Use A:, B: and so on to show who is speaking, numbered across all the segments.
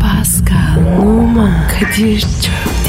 A: Pascal, Oman, Kadir çok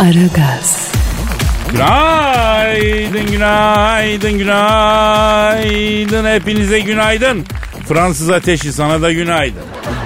A: Aragaz,
B: Günaydın, günaydın, günaydın. Hepinize günaydın. Fransız ateşi sana da günaydın.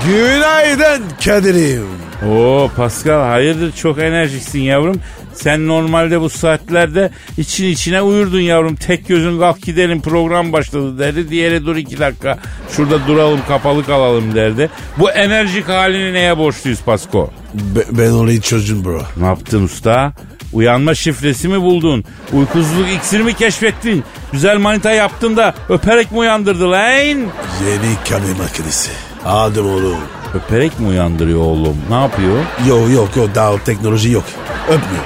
C: Günaydın Kadir'im.
B: Oo Pascal hayırdır çok enerjiksin yavrum. Sen normalde bu saatlerde için içine uyurdun yavrum. Tek gözün kalk gidelim program başladı derdi. Diğeri dur iki dakika şurada duralım kapalı kalalım derdi. Bu enerjik halini neye borçluyuz Pasko?
C: Be- ben orayı çözdüm bro.
B: Ne yaptın usta? Uyanma şifresi mi buldun? Uykusuzluk iksiri mi keşfettin? Güzel manita yaptın da öperek mi uyandırdı lan?
C: Yeni kahve makinesi. Adım oğlum.
B: Öperek mi uyandırıyor oğlum? Ne yapıyor?
C: Yok yok yok daha o teknoloji yok. Öpmüyor.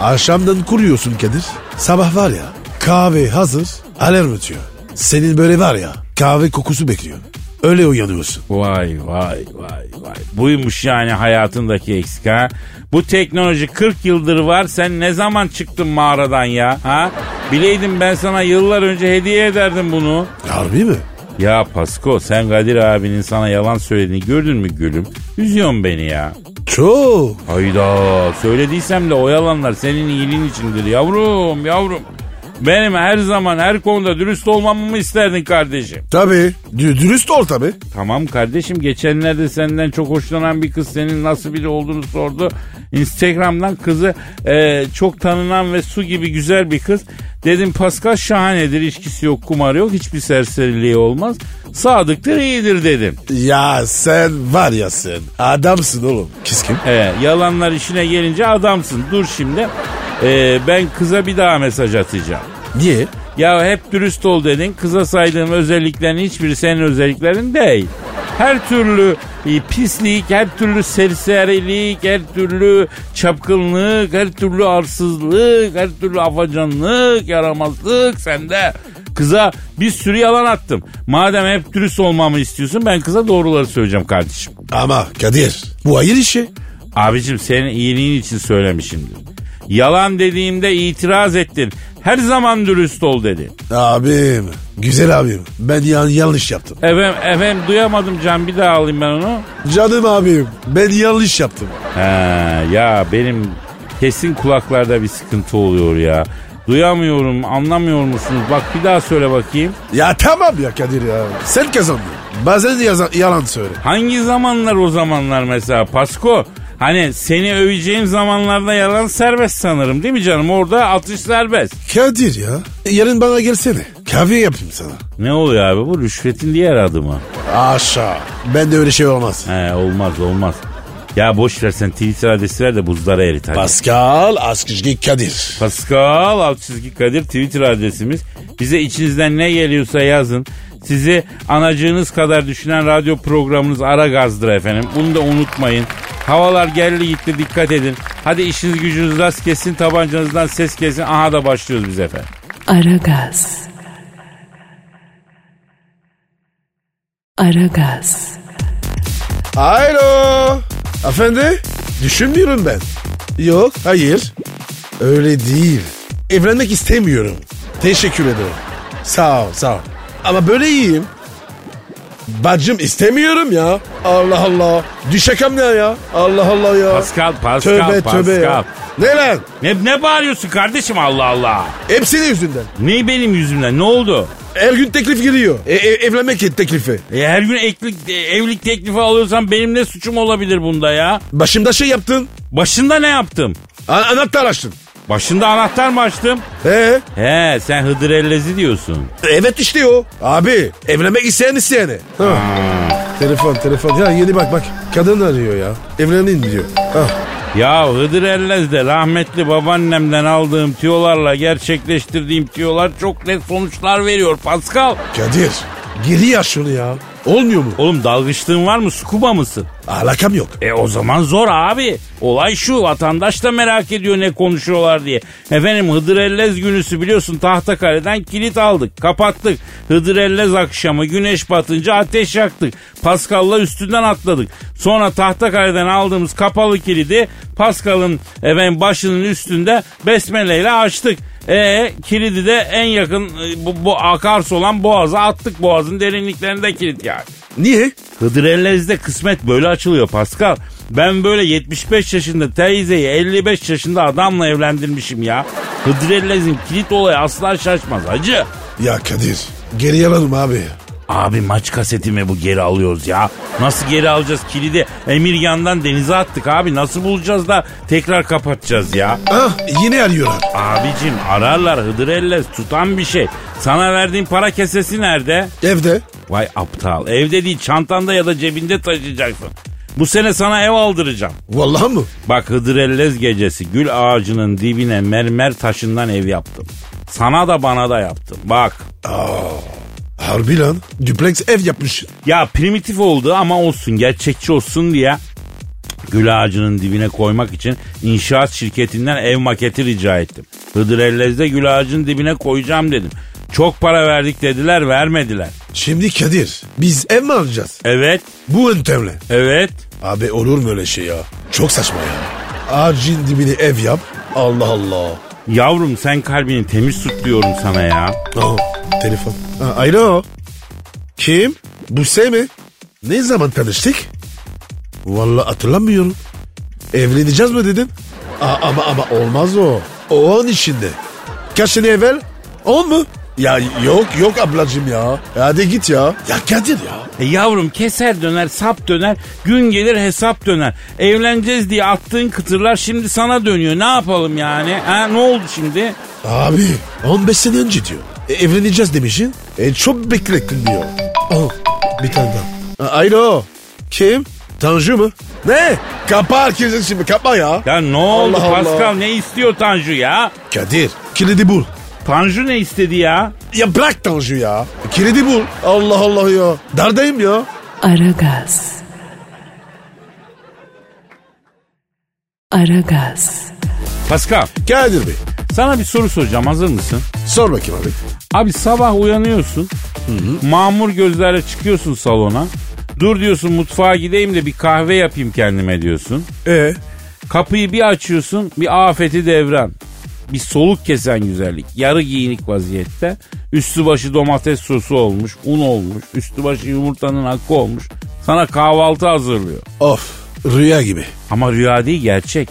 C: Akşamdan kuruyorsun Kadir. Sabah var ya kahve hazır alarm ötüyor. Senin böyle var ya kahve kokusu bekliyor. Öyle uyanıyorsun.
B: Vay vay vay vay. Buymuş yani hayatındaki eksik ha. Bu teknoloji 40 yıldır var. Sen ne zaman çıktın mağaradan ya? Ha? Bileydim ben sana yıllar önce hediye ederdim bunu.
C: Harbi mi?
B: Ya Pasko sen Kadir abinin sana yalan söylediğini gördün mü gülüm? Üzüyorsun beni ya.
C: Çok.
B: Hayda söylediysem de o yalanlar senin iyiliğin içindir yavrum yavrum. Benim her zaman her konuda dürüst olmamı mı isterdin kardeşim?
C: Tabii. Dü- dürüst ol tabii.
B: Tamam kardeşim geçenlerde senden çok hoşlanan bir kız senin nasıl biri olduğunu sordu. Instagram'dan kızı e, çok tanınan ve su gibi güzel bir kız. Dedim Pascal şahanedir ilişkisi yok kumarı yok hiçbir serseriliği olmaz. Sadıktır iyidir dedim.
C: Ya sen var ya sen. Adamsın oğlum. Kız kim?
B: He, E, yalanlar işine gelince adamsın. Dur şimdi. Ee, ben kıza bir daha mesaj atacağım.
C: Niye?
B: Ya hep dürüst ol dedin. Kıza saydığım özelliklerin hiçbiri senin özelliklerin değil. Her türlü e, pislik, her türlü serserilik, her türlü çapkınlık, her türlü arsızlık, her türlü afacanlık, yaramazlık sende. Kıza bir sürü yalan attım. Madem hep dürüst olmamı istiyorsun ben kıza doğruları söyleyeceğim kardeşim.
C: Ama Kadir bu hayır işi.
B: Abicim senin iyiliğin için söylemişimdir. Yalan dediğimde itiraz ettin. Her zaman dürüst ol dedi.
C: Abim. Güzel abim. Ben yan yanlış yaptım.
B: Efendim, efendim duyamadım Can bir daha alayım ben onu.
C: Canım abim. Ben yanlış yaptım.
B: He, ya benim kesin kulaklarda bir sıkıntı oluyor ya. Duyamıyorum anlamıyor musunuz? Bak bir daha söyle bakayım.
C: Ya tamam ya Kadir ya. Sen kazandın. Bazen yaza- yalan söyle.
B: Hangi zamanlar o zamanlar mesela Pasko? Hani seni öveceğim zamanlarda yalan serbest sanırım değil mi canım? Orada atış serbest.
C: Kadir ya. Yarın bana gelsene. Kahve yapayım sana.
B: Ne oluyor abi bu rüşvetin diğer adı mı?
C: Aşağı. Ben de öyle şey olmaz.
B: He olmaz olmaz. Ya boş ver sen Twitter adresi ver de buzlara erit hadi.
C: Pascal Askışki Kadir.
B: Pascal alt çizgi Kadir Twitter adresimiz. Bize içinizden ne geliyorsa yazın. Sizi anacığınız kadar düşünen radyo programınız Ara Gaz'dır efendim. Bunu da unutmayın. Havalar geldi gitti dikkat edin. Hadi işiniz gücünüz rast kesin tabancanızdan ses kesin. Aha da başlıyoruz biz efendim.
A: Aragaz. Aragaz,
C: Alo. Efendi? Düşünmüyorum ben. Yok hayır. Öyle değil. Evlenmek istemiyorum. Teşekkür ederim. Sağ ol sağ ol. Ama böyle iyiyim. Bacım istemiyorum ya. Allah Allah. Düşekem ne ya? Allah Allah ya.
B: Pascal, Pascal,
C: tövbe
B: Pascal.
C: tövbe ya. Ne lan?
B: Ne, ne bağırıyorsun kardeşim Allah Allah.
C: Hepsini yüzünden.
B: Ne benim yüzümden ne oldu?
C: Her gün teklif geliyor. E, e- evlenmek teklifi.
B: E, her gün eklik, e, evlilik teklifi alıyorsan benim ne suçum olabilir bunda ya?
C: Başımda şey yaptın.
B: Başında ne yaptım?
C: An- anahtar açtın.
B: Başında anahtar mı açtım?
C: Ee?
B: He sen Hıdrellezi diyorsun.
C: Evet işte o. Abi evlenmek isteyen isteyene. Ha. Telefon telefon. Ya yeni bak bak. Kadın arıyor ya. Evlenin diyor. Ha.
B: Ya Hıdrellez de rahmetli babaannemden aldığım tüyolarla gerçekleştirdiğim tüyolar çok net sonuçlar veriyor Pascal.
C: Kadir. Geri ya şunu ya. Olmuyor mu?
B: Oğlum dalgıçlığın var mı? Scuba mısın?
C: Alakam yok.
B: E o zaman zor abi. Olay şu vatandaş da merak ediyor ne konuşuyorlar diye. Efendim Hıdır Ellez günüsü biliyorsun Tahtakale'den kilit aldık. Kapattık. Hıdır Ellez akşamı güneş batınca ateş yaktık. Pascal'la üstünden atladık. Sonra Tahtakale'den aldığımız kapalı kilidi Pascal'ın efendim, başının üstünde besmeleyle açtık. E kilidi de en yakın e, bu, bu akarsu olan boğaza attık. Boğazın derinliklerinde kilit yani.
C: Niye?
B: Hıdır Ellez'de kısmet böyle açılıyor Pascal. Ben böyle 75 yaşında teyzeyi 55 yaşında adamla evlendirmişim ya. Hıdır Ellez'in kilit olayı asla şaşmaz hacı.
C: Ya Kadir geri alalım abi.
B: Abi maç kasetimi bu geri alıyoruz ya. Nasıl geri alacağız kilidi? Emirgan'dan denize attık abi. Nasıl bulacağız da tekrar kapatacağız ya?
C: Ah yine arıyorlar.
B: Abicim ararlar Hıdır Ellez tutan bir şey. Sana verdiğim para kesesi nerede?
C: Evde.
B: Vay aptal. Evde değil çantanda ya da cebinde taşıyacaksın. Bu sene sana ev aldıracağım.
C: Vallahi mı?
B: Bak Hıdrellez gecesi gül ağacının dibine mermer taşından ev yaptım. Sana da bana da yaptım. Bak.
C: Harbi lan. Duplex ev yapmış.
B: Ya primitif oldu ama olsun gerçekçi olsun diye gül ağacının dibine koymak için inşaat şirketinden ev maketi rica ettim. Hıdrellez'de gül ağacının dibine koyacağım dedim. Çok para verdik dediler vermediler.
C: Şimdi Kadir biz ev mi alacağız?
B: Evet,
C: Bu yöntemle.
B: evet.
C: Abi olur mu öyle şey ya? Çok saçma ya. Ağacın dibine ev yap. Allah Allah.
B: Yavrum sen kalbini temiz tut diyorum sana ya.
C: Aha, telefon. Ha, alo. Kim? Buse mi? Ne zaman tanıştık? Vallahi hatırlamıyorum. Evleneceğiz mi dedin? A- ama ama olmaz o. O an içinde. Kaç sene evvel? On mu? Ya yok yok ablacım ya. Hadi git ya. Ya Kadir ya.
B: E yavrum keser döner, sap döner, gün gelir hesap döner. Evleneceğiz diye attığın kıtırlar şimdi sana dönüyor. Ne yapalım yani? Ha, ne oldu şimdi?
C: Abi 15 sene önce diyor. E, evleneceğiz demişsin. E, çok beklettin diyor. Al bir tane daha. A- Alo. Kim? Tanju mu? Ne? Kapa herkesin şimdi kapa ya.
B: Ya ne oldu
C: Allah Allah.
B: Pascal? Ne istiyor Tanju ya?
C: Kadir kilidi bul.
B: Tanju ne istedi ya?
C: Ya bırak Tanju ya. E, Kilidi bul. Allah Allah ya. Dardayım ya.
A: Aragaz. Aragaz.
B: Pascal
C: Kadir Bey
B: sana bir soru soracağım hazır mısın?
C: sor bakayım abi.
B: Abi sabah uyanıyorsun. Mamur gözlerle çıkıyorsun salona. Dur diyorsun mutfağa gideyim de bir kahve yapayım kendime diyorsun.
C: Ee?
B: Kapıyı bir açıyorsun bir afeti devran. Bir soluk kesen güzellik. Yarı giyinik vaziyette. Üstü başı domates sosu olmuş. Un olmuş. Üstü başı yumurtanın hakkı olmuş. Sana kahvaltı hazırlıyor.
C: Of rüya gibi.
B: Ama rüya değil gerçek.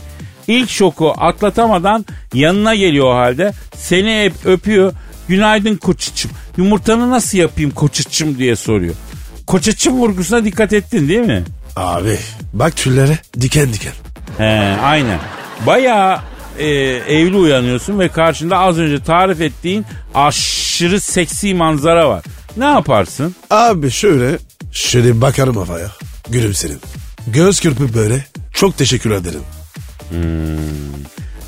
B: İlk şoku atlatamadan yanına geliyor o halde. Seni hep öpüyor. Günaydın koçiçim. Yumurtanı nasıl yapayım koçiçim diye soruyor. Koçiçim vurgusuna dikkat ettin değil mi?
C: Abi bak tüllere diken diken.
B: He, aynen. Bayağı e, evli uyanıyorsun ve karşında az önce tarif ettiğin aşırı seksi manzara var. Ne yaparsın?
C: Abi şöyle şöyle bakarım havaya. Gülümserim. Göz kırpıp böyle çok teşekkür ederim.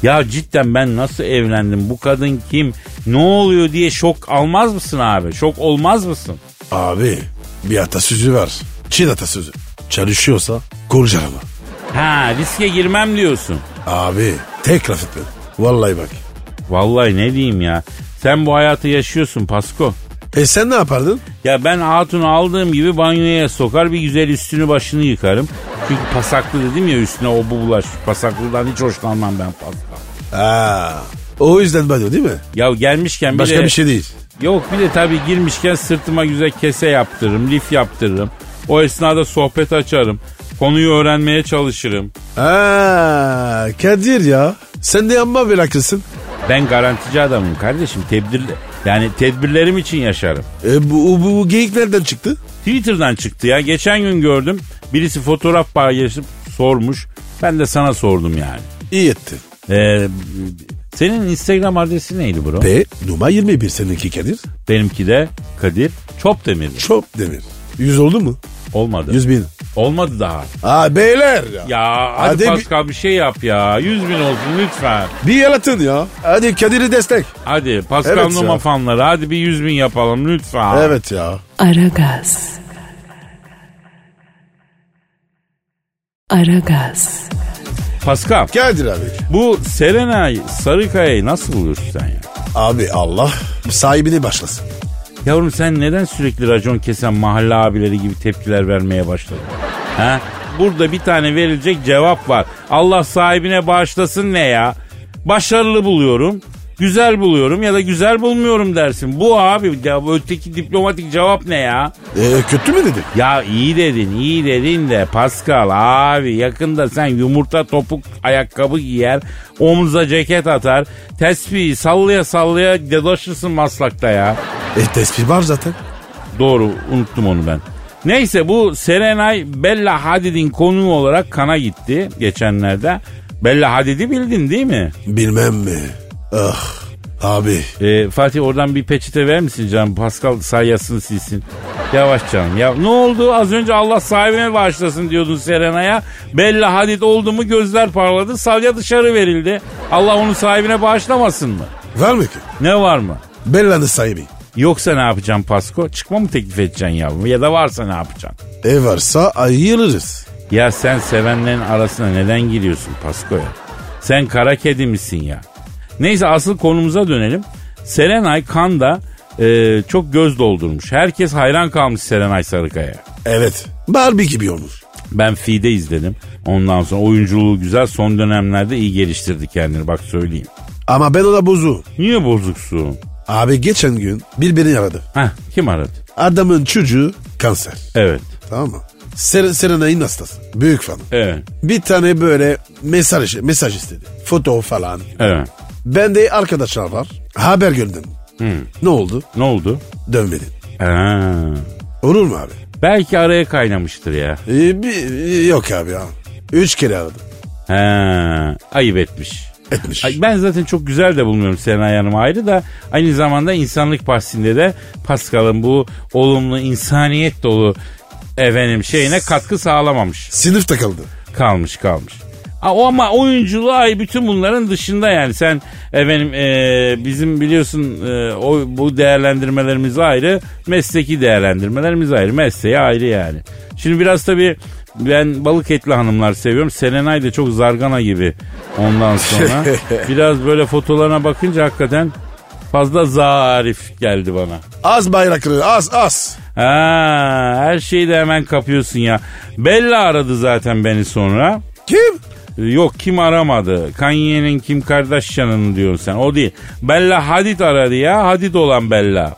B: Ya cidden ben nasıl evlendim? Bu kadın kim? Ne oluyor diye şok almaz mısın abi? Şok olmaz mısın?
C: Abi bir atasözü var. Çin atasözü. Çalışıyorsa kurcar ama.
B: Ha riske girmem diyorsun.
C: Abi tek laf etmem. Vallahi bak.
B: Vallahi ne diyeyim ya. Sen bu hayatı yaşıyorsun Pasko.
C: E sen ne yapardın?
B: Ya ben hatunu aldığım gibi banyoya sokar bir güzel üstünü başını yıkarım. Çünkü pasaklı dedim ya üstüne o bu bulaş. Pasaklıdan hiç hoşlanmam ben Pascal.
C: Aa, o yüzden banyo değil mi?
B: Ya gelmişken bir
C: Başka
B: de...
C: bir şey değil.
B: Yok bir de tabii girmişken sırtıma güzel kese yaptırırım, lif yaptırırım. O esnada sohbet açarım. Konuyu öğrenmeye çalışırım.
C: Aa, Kadir ya. Sen de amma meraklısın.
B: Ben garantici adamım kardeşim. Tedbir, yani tedbirlerim için yaşarım.
C: E, bu, bu, bu geyik nereden çıktı?
B: Twitter'dan çıktı ya. Geçen gün gördüm. Birisi fotoğraf paylaşıp sormuş. Ben de sana sordum yani.
C: İyi etti.
B: Ee, senin Instagram adresi neydi bro?
C: P numara 21 seninki Kadir.
B: Benimki de Kadir Çopdemir.
C: Çok demir. 100 oldu mu?
B: Olmadı.
C: 100 bin.
B: Olmadı daha.
C: Aa beyler ya.
B: Ya hadi,
C: Hadi bir-
B: Pascal bir şey yap ya. 100 bin olsun lütfen.
C: Bir yalatın ya. Hadi Kadir'i destek.
B: Hadi Pascal
C: Evet
B: Numa
C: ya.
B: fanları hadi bir 100 bin yapalım lütfen.
C: Evet ya.
A: Aragaz. Aragaz,
B: Pascal
C: Kadir abi.
B: bu Serenay Sarıkaya'yı nasıl buluyorsun sen ya?
C: Abi Allah sahibini başlasın.
B: Yavrum sen neden sürekli racon kesen mahalle abileri gibi tepkiler vermeye başladın? Ha? Burada bir tane verilecek cevap var. Allah sahibine bağışlasın ne ya? Başarılı buluyorum, güzel buluyorum ya da güzel bulmuyorum dersin. Bu abi ya bu öteki diplomatik cevap ne ya?
C: Ee, kötü mü dedi?
B: Ya iyi dedin, iyi dedin de Pascal abi yakında sen yumurta topuk ayakkabı giyer, omuza ceket atar, tespihi sallaya sallaya dolaşırsın maslakta ya.
C: E tespih var zaten.
B: Doğru unuttum onu ben. Neyse bu Serenay Bella Hadid'in konuğu olarak kana gitti geçenlerde. Bella Hadid'i bildin değil mi?
C: Bilmem mi? Ah abi.
B: Ee, Fatih oradan bir peçete verir misin canım? Pascal sayısını silsin. Yavaş canım. Ya ne oldu? Az önce Allah sahibine bağışlasın diyordun Serena'ya. Bella Hadid oldu mu gözler parladı. Savya dışarı verildi. Allah onun sahibine bağışlamasın mı?
C: Var mı ki?
B: Ne var mı?
C: Bella'nın sahibi.
B: Yoksa ne yapacaksın Pasko? Çıkma mı teklif edeceksin yavrum? Ya da varsa ne yapacaksın?
C: E varsa ayırırız.
B: Ya sen sevenlerin arasına neden giriyorsun Pasko'ya? Sen kara kedi misin ya? Neyse asıl konumuza dönelim. Serenay Kanda e, çok göz doldurmuş. Herkes hayran kalmış Serenay Sarıkaya.
C: Evet. Barbie gibi olmuş.
B: Ben Fide izledim. Ondan sonra oyunculuğu güzel. Son dönemlerde iyi geliştirdi kendini bak söyleyeyim.
C: Ama ben ona bozu.
B: Niye bozuksun?
C: Abi geçen gün bir beni aradı.
B: Heh kim aradı?
C: Adamın çocuğu kanser.
B: Evet.
C: Tamam mı? Ser Serenay'ın hastası. Büyük falan.
B: Evet.
C: Bir tane böyle mesaj mesaj istedi. Foto falan.
B: Evet.
C: Ben de arkadaşlar var. Haber gönderdim. Ne oldu?
B: Ne oldu?
C: Dönmedin.
B: Ha.
C: Olur mu abi?
B: Belki araya kaynamıştır ya.
C: Ee, bir- yok abi ya. Üç kere aradım.
B: Ha. Ayıp etmiş.
C: Etmiş.
B: Ay, Ben zaten çok güzel de bulmuyorum Serenay Hanım ayrı da aynı zamanda insanlık bahsinde de Pascal'ın bu olumlu insaniyet dolu efendim şeyine katkı sağlamamış.
C: Sınıf takıldı.
B: Kalmış kalmış. Ha, o ama oyunculuğu ay bütün bunların dışında yani sen efendim e, bizim biliyorsun e, o bu değerlendirmelerimiz ayrı, mesleki değerlendirmelerimiz ayrı, mesleği ayrı yani. Şimdi biraz tabii ben balık etli hanımlar seviyorum. Serenay da çok zargana gibi ondan sonra. biraz böyle fotolarına bakınca hakikaten fazla zarif geldi bana.
C: Az bayrakları az az.
B: Ha, her şeyi de hemen kapıyorsun ya. Bella aradı zaten beni sonra.
C: Kim?
B: Ee, Yok kim aramadı? Kanye'nin Kim Kardashian'ın diyorsun sen. O değil. Bella Hadid aradı ya. Hadid olan Bella.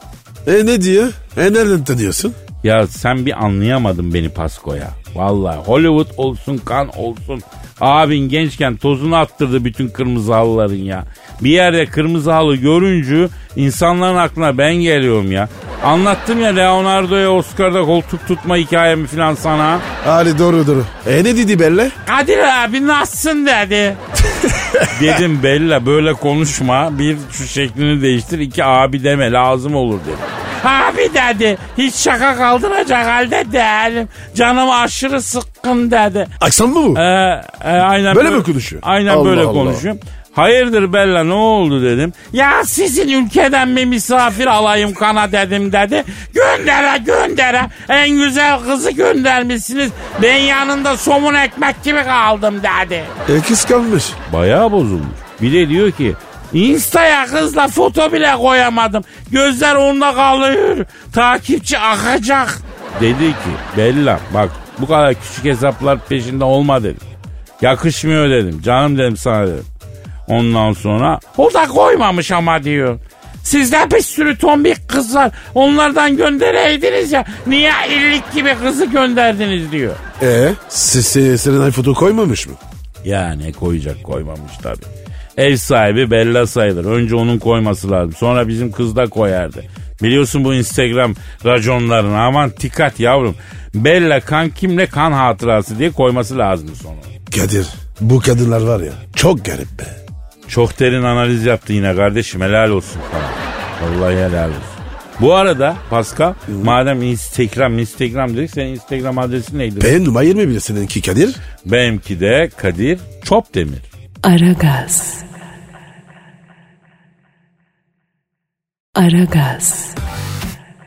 C: E ne diyor? E nereden tanıyorsun?
B: Ya sen bir anlayamadın beni Pasko'ya. Vallahi Hollywood olsun kan olsun. Abin gençken tozunu attırdı bütün kırmızı halıların ya. Bir yerde kırmızı halı görünce insanların aklına ben geliyorum ya. Anlattım ya Leonardo'ya Oscar'da koltuk tutma hikayemi falan sana.
C: Ali doğru doğru. E ne dedi Bella?
B: Kadir abi nasılsın dedi. Dedim Bella böyle konuşma. Bir şu şeklini değiştir. iki abi deme lazım olur dedi. Abi dedi hiç şaka kaldıracak halde değilim. Canım aşırı sıkkın dedi.
C: Aksan mı bu?
B: Ee, e, aynen
C: Böyle mi konuşuyor?
B: Aynen
C: Allah
B: böyle
C: Allah.
B: konuşuyor. Hayırdır Bella ne oldu dedim. Ya sizin ülkeden bir misafir alayım kana dedim dedi. Göndere göndere en güzel kızı göndermişsiniz. Ben yanında somun ekmek gibi kaldım dedi.
C: E kıskanmış.
B: Bayağı bozulmuş. Bir de diyor ki Insta'ya kızla foto bile koyamadım. Gözler onda kalıyor. Takipçi akacak. Dedi ki Bella bak bu kadar küçük hesaplar peşinde olma dedim. Yakışmıyor dedim. Canım dedim sana dedim. Ondan sonra o da koymamış ama diyor. Sizde bir sürü tombik kız var. Onlardan göndereydiniz ya. Niye illik gibi kızı gönderdiniz diyor.
C: E se- se- Serenay foto koymamış mı?
B: Ya ne koyacak koymamış tabi. Ev sahibi Bella sayılır. Önce onun koyması lazım. Sonra bizim kız da koyardı. Biliyorsun bu Instagram raconlarını. Aman dikkat yavrum. Bella kan kimle kan hatırası diye koyması lazım sonra.
C: Kadir bu kadınlar var ya çok garip be.
B: Çok derin analiz yaptı yine kardeşim. Helal olsun falan. Vallahi helal olsun. Bu arada Pascal madem Instagram Instagram dedik senin Instagram adresin neydi?
C: Ben numara 20 bile seninki Kadir.
B: Benimki de Kadir Çopdemir.
A: Aragaz. Aragaz.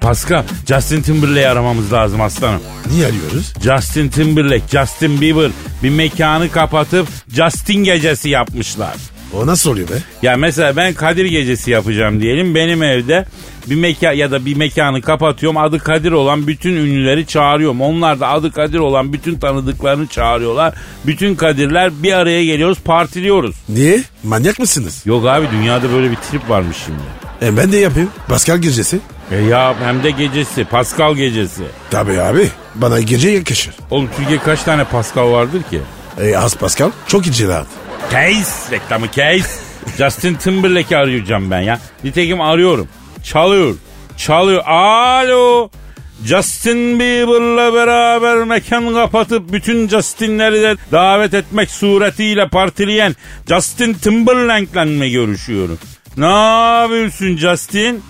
B: Pascal, Justin Timberlake'i aramamız lazım aslanım.
C: Niye arıyoruz?
B: Justin Timberlake, Justin Bieber bir mekanı kapatıp Justin gecesi yapmışlar.
C: O nasıl oluyor be?
B: Ya mesela ben Kadir gecesi yapacağım diyelim. Benim evde bir mekan ya da bir mekanı kapatıyorum. Adı Kadir olan bütün ünlüleri çağırıyorum. Onlar da adı Kadir olan bütün tanıdıklarını çağırıyorlar. Bütün Kadirler bir araya geliyoruz, partiliyoruz.
C: Niye? Manyak mısınız?
B: Yok abi dünyada böyle bir trip varmış şimdi.
C: E ben de yapayım. Pascal gecesi.
B: E ya hem de gecesi, Pascal gecesi.
C: Tabii abi. Bana gece yakışır.
B: Oğlum Türkiye kaç tane Pascal vardır ki?
C: E az Pascal. Çok icraat.
B: Case reklamı case. Justin Timberlake'i arayacağım ben ya. Nitekim arıyorum. Çalıyor. Çalıyor. Alo. Justin Bieber'la beraber mekan kapatıp bütün Justin'leri de davet etmek suretiyle partileyen Justin Timberlake'le mi görüşüyorum? Ne yapıyorsun Justin?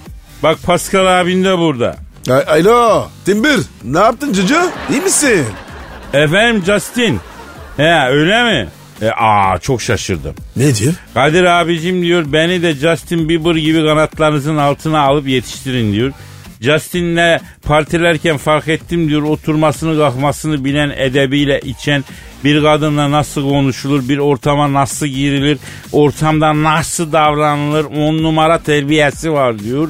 B: Bak Pascal abin de burada.
C: A- Alo. Timber. Ne yaptın cıcı? İyi misin?
B: Efendim Justin. He öyle mi? E, aa çok şaşırdım.
C: Ne diyor?
B: Kadir abicim diyor beni de Justin Bieber gibi kanatlarınızın altına alıp yetiştirin diyor. Justin'le partilerken fark ettim diyor oturmasını kalkmasını bilen edebiyle içen bir kadınla nasıl konuşulur, bir ortama nasıl girilir, ortamda nasıl davranılır, on numara terbiyesi var diyor.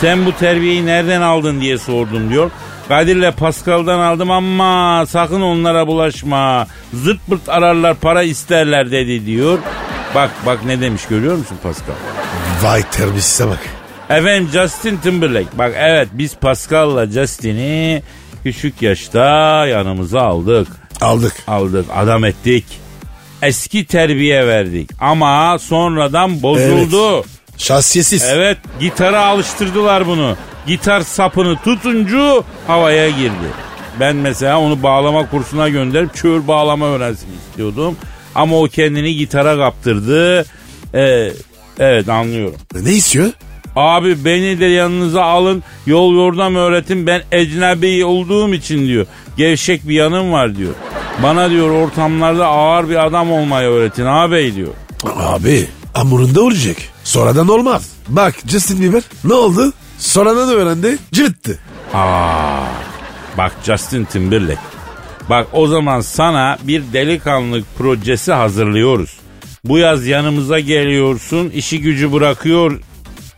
B: Sen bu terbiyeyi nereden aldın diye sordum diyor. Kadir'le Pascal'dan aldım ama sakın onlara bulaşma. Zırt pırt ararlar para isterler dedi diyor. Bak bak ne demiş görüyor musun Pascal?
C: Vay terbiyesize bak.
B: Efendim Justin Timberlake. Bak evet biz Pascal'la Justin'i küçük yaşta yanımıza aldık.
C: Aldık.
B: Aldık adam ettik. Eski terbiye verdik ama sonradan bozuldu.
C: Şahsiyetsiz.
B: Evet gitara alıştırdılar bunu. Gitar sapını tutuncu havaya girdi. Ben mesela onu bağlama kursuna gönderip çığır bağlama öğrensin istiyordum. Ama o kendini gitara kaptırdı. Ee, evet anlıyorum.
C: Ne istiyor?
B: Abi beni de yanınıza alın yol yordam öğretin ben ecnebi olduğum için diyor. Gevşek bir yanım var diyor. Bana diyor ortamlarda ağır bir adam olmayı öğretin ağabey diyor.
C: Abi amurunda olacak. Sonradan olmaz. Bak Justin Bieber ne oldu? Sonradan öğrendi. Cıvıttı.
B: Bak Justin Timberlake. Bak o zaman sana bir delikanlılık projesi hazırlıyoruz. Bu yaz yanımıza geliyorsun, işi gücü bırakıyor.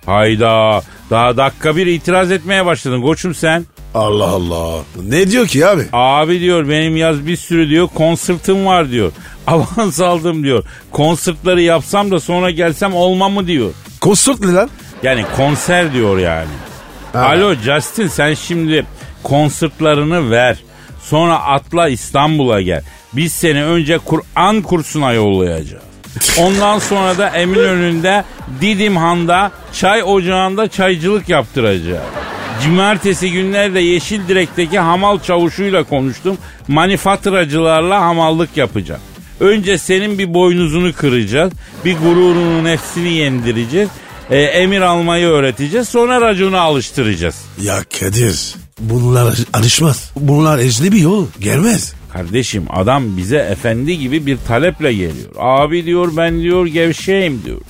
B: Hayda, daha dakika bir itiraz etmeye başladın koçum sen.
C: Allah Allah. Ne diyor ki abi?
B: Abi diyor benim yaz bir sürü diyor konsertim var diyor. Avans aldım diyor. Konsertleri yapsam da sonra gelsem olmam mı diyor.
C: Konsort ne lan?
B: Yani konser diyor yani. Alo Justin sen şimdi konsertlarını ver. Sonra atla İstanbul'a gel. Biz seni önce Kur'an kursuna yollayacağız. Ondan sonra da Eminönü'nde Didim Han'da çay ocağında çaycılık yaptıracağız. Cumartesi günlerde Yeşildirek'teki hamal çavuşuyla konuştum. Manifatıracılarla hamallık yapacağım. Önce senin bir boynuzunu kıracağız. Bir gururunun nefsini yendireceğiz. e, emir almayı öğreteceğiz. Sonra raconu alıştıracağız.
C: Ya Kadir bunlar alışmaz. Bunlar ecnebi yol gelmez.
B: Kardeşim adam bize efendi gibi bir taleple geliyor. Abi diyor ben diyor gevşeyim diyor.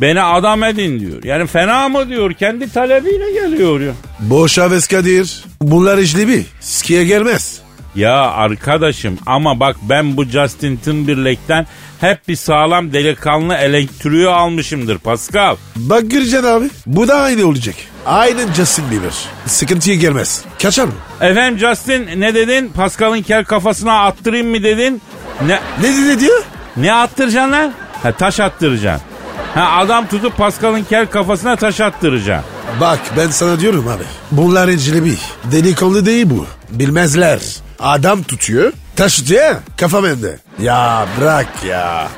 B: Beni adam edin diyor. Yani fena mı diyor kendi talebiyle geliyor ya.
C: Boş aves Kadir. Bunlar ecnebi. Skiye gelmez.
B: Ya arkadaşım ama bak ben bu Justin Timberlake'ten hep bir sağlam delikanlı elektriği almışımdır Pascal.
C: Bak göreceksin abi. Bu da aynı olacak. Aynen Justin Bieber. Sıkıntıya gelmez. Kaçar mı?
B: Efendim Justin ne dedin? Pascal'ın kel kafasına attırayım mı dedin? Ne
C: Ne dedi diyor?
B: ne attıracaksın lan? Ha taş attıracaksın. Ha adam tutup Pascal'ın kel kafasına taş attıracaksın.
C: Bak ben sana diyorum abi. Bunlar ecnebi. Delikanlı değil bu. Bilmezler. Adam tutuyor. Taş tutuyor. ha, Kafa bende. Ya bırak ya.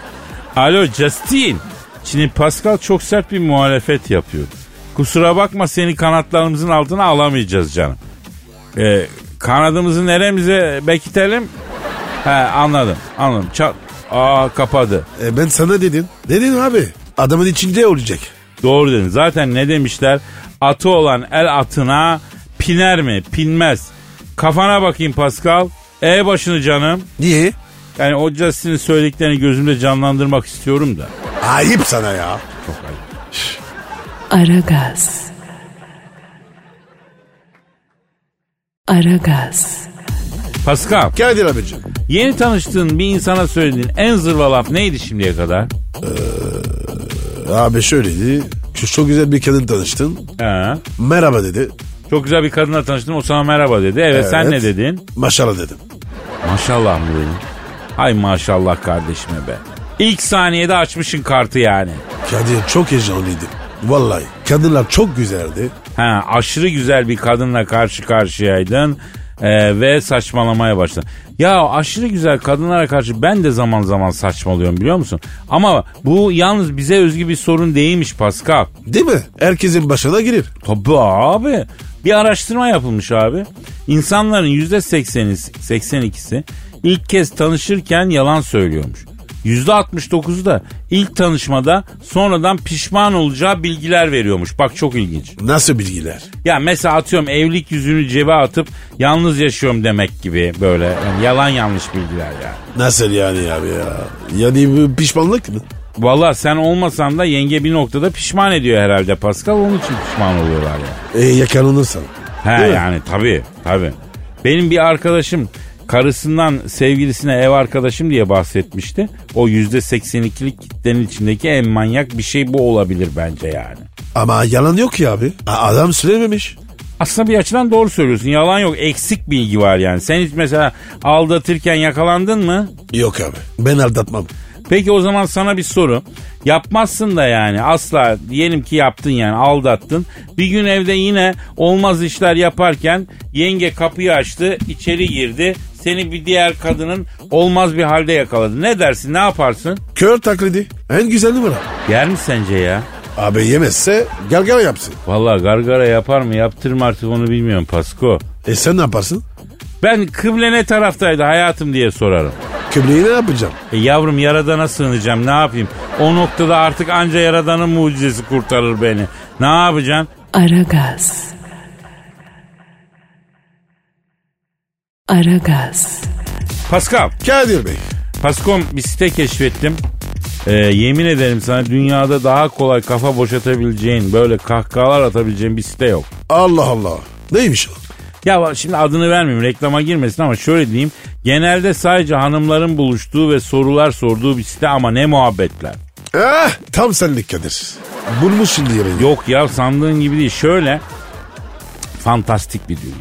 B: Alo Justin. Şimdi Pascal çok sert bir muhalefet yapıyor. Kusura bakma seni kanatlarımızın altına alamayacağız canım. Ee, kanadımızı neremize bekitelim? He anladım anladım. Çat. Aa kapadı.
C: E ben sana dedim. Dedin abi. Adamın içinde olacak.
B: Doğru dedin. Zaten ne demişler? Atı olan el atına piner mi? Pinmez. Kafana bakayım Pascal. E başını canım.
C: Niye?
B: Yani o Justin'in söylediklerini gözümde canlandırmak istiyorum da.
C: Ayıp sana ya.
A: Aragaz. Aragaz,
B: Pascal,
C: Kadir abicim.
B: yeni tanıştığın bir insana söylediğin en zırva laf neydi şimdiye kadar?
C: Abi şöyleydi. Şu çok güzel bir kadın tanıştın.
B: Ha.
C: Merhaba dedi.
B: Çok güzel bir kadınla tanıştım o sana merhaba dedi. Evet, sen ne
C: Evet.
B: dedin?
C: Maşallah dedim.
B: Maşallah mı dedin? Hay maşallah kardeşime be. İlk saniyede açmışın kartı yani.
C: Kadir çok heyecanlıydım. Vallahi kadınlar çok güzeldi.
B: Ha, aşırı güzel bir kadınla karşı karşıyaydın e, ve saçmalamaya başladın. Ya aşırı güzel kadınlara karşı ben de zaman zaman saçmalıyorum biliyor musun? Ama bu yalnız bize özgü bir sorun değilmiş Pascal.
C: Değil mi? Herkesin başına girir.
B: Tabii abi. Bir araştırma yapılmış abi. İnsanların yüzde 82'si ilk kez tanışırken yalan söylüyormuş. Yüzde 69'u da ilk tanışmada sonradan pişman olacağı bilgiler veriyormuş. Bak çok ilginç.
C: Nasıl bilgiler?
B: Ya mesela atıyorum evlilik yüzünü cebe atıp yalnız yaşıyorum demek gibi böyle yani yalan yanlış bilgiler yani.
C: Nasıl yani abi ya? Yani bu pişmanlık mı?
B: Valla sen olmasan da yenge bir noktada pişman ediyor herhalde Pascal onun için pişman oluyorlar ya.
C: E, yakalanırsan.
B: He
C: Değil mi?
B: yani tabii tabii. Benim bir arkadaşım karısından sevgilisine ev arkadaşım diye bahsetmişti. O yüzde 82'lik kitlenin içindeki en manyak bir şey bu olabilir bence yani.
C: Ama yalan yok ki abi. A- adam söylememiş.
B: Aslında bir açıdan doğru söylüyorsun. Yalan yok. Eksik bilgi var yani. Sen hiç mesela aldatırken yakalandın mı?
C: Yok abi. Ben aldatmam.
B: Peki o zaman sana bir soru. Yapmazsın da yani asla diyelim ki yaptın yani aldattın. Bir gün evde yine olmaz işler yaparken yenge kapıyı açtı içeri girdi. Seni bir diğer kadının olmaz bir halde yakaladı. Ne dersin ne yaparsın?
C: Kör taklidi. En güzel numara.
B: Yer mi sence ya?
C: Abi yemezse gargara yapsın.
B: Vallahi gargara yapar mı yaptırma artık onu bilmiyorum Pasko.
C: E sen ne yaparsın?
B: Ben kıble ne taraftaydı hayatım diye sorarım.
C: Kıbleyi ne yapacağım?
B: E yavrum yaradana sığınacağım ne yapayım? O noktada artık anca yaradanın mucizesi kurtarır beni. Ne yapacaksın?
A: Aragaz. Aragaz,
B: Pascal,
C: Kadir Bey.
B: Pascom bir site keşfettim. E, yemin ederim sana dünyada daha kolay kafa boşatabileceğin, böyle kahkahalar atabileceğin bir site yok.
C: Allah Allah. Neymiş o?
B: Ya bak şimdi adını vermeyeyim reklama girmesin ama şöyle diyeyim. Genelde sadece hanımların buluştuğu ve sorular sorduğu bir site ama ne muhabbetler.
C: Ah, tam senlik Kadir. Bulmuş şimdi yemeği.
B: Yok ya sandığın gibi değil. Şöyle fantastik bir dünya.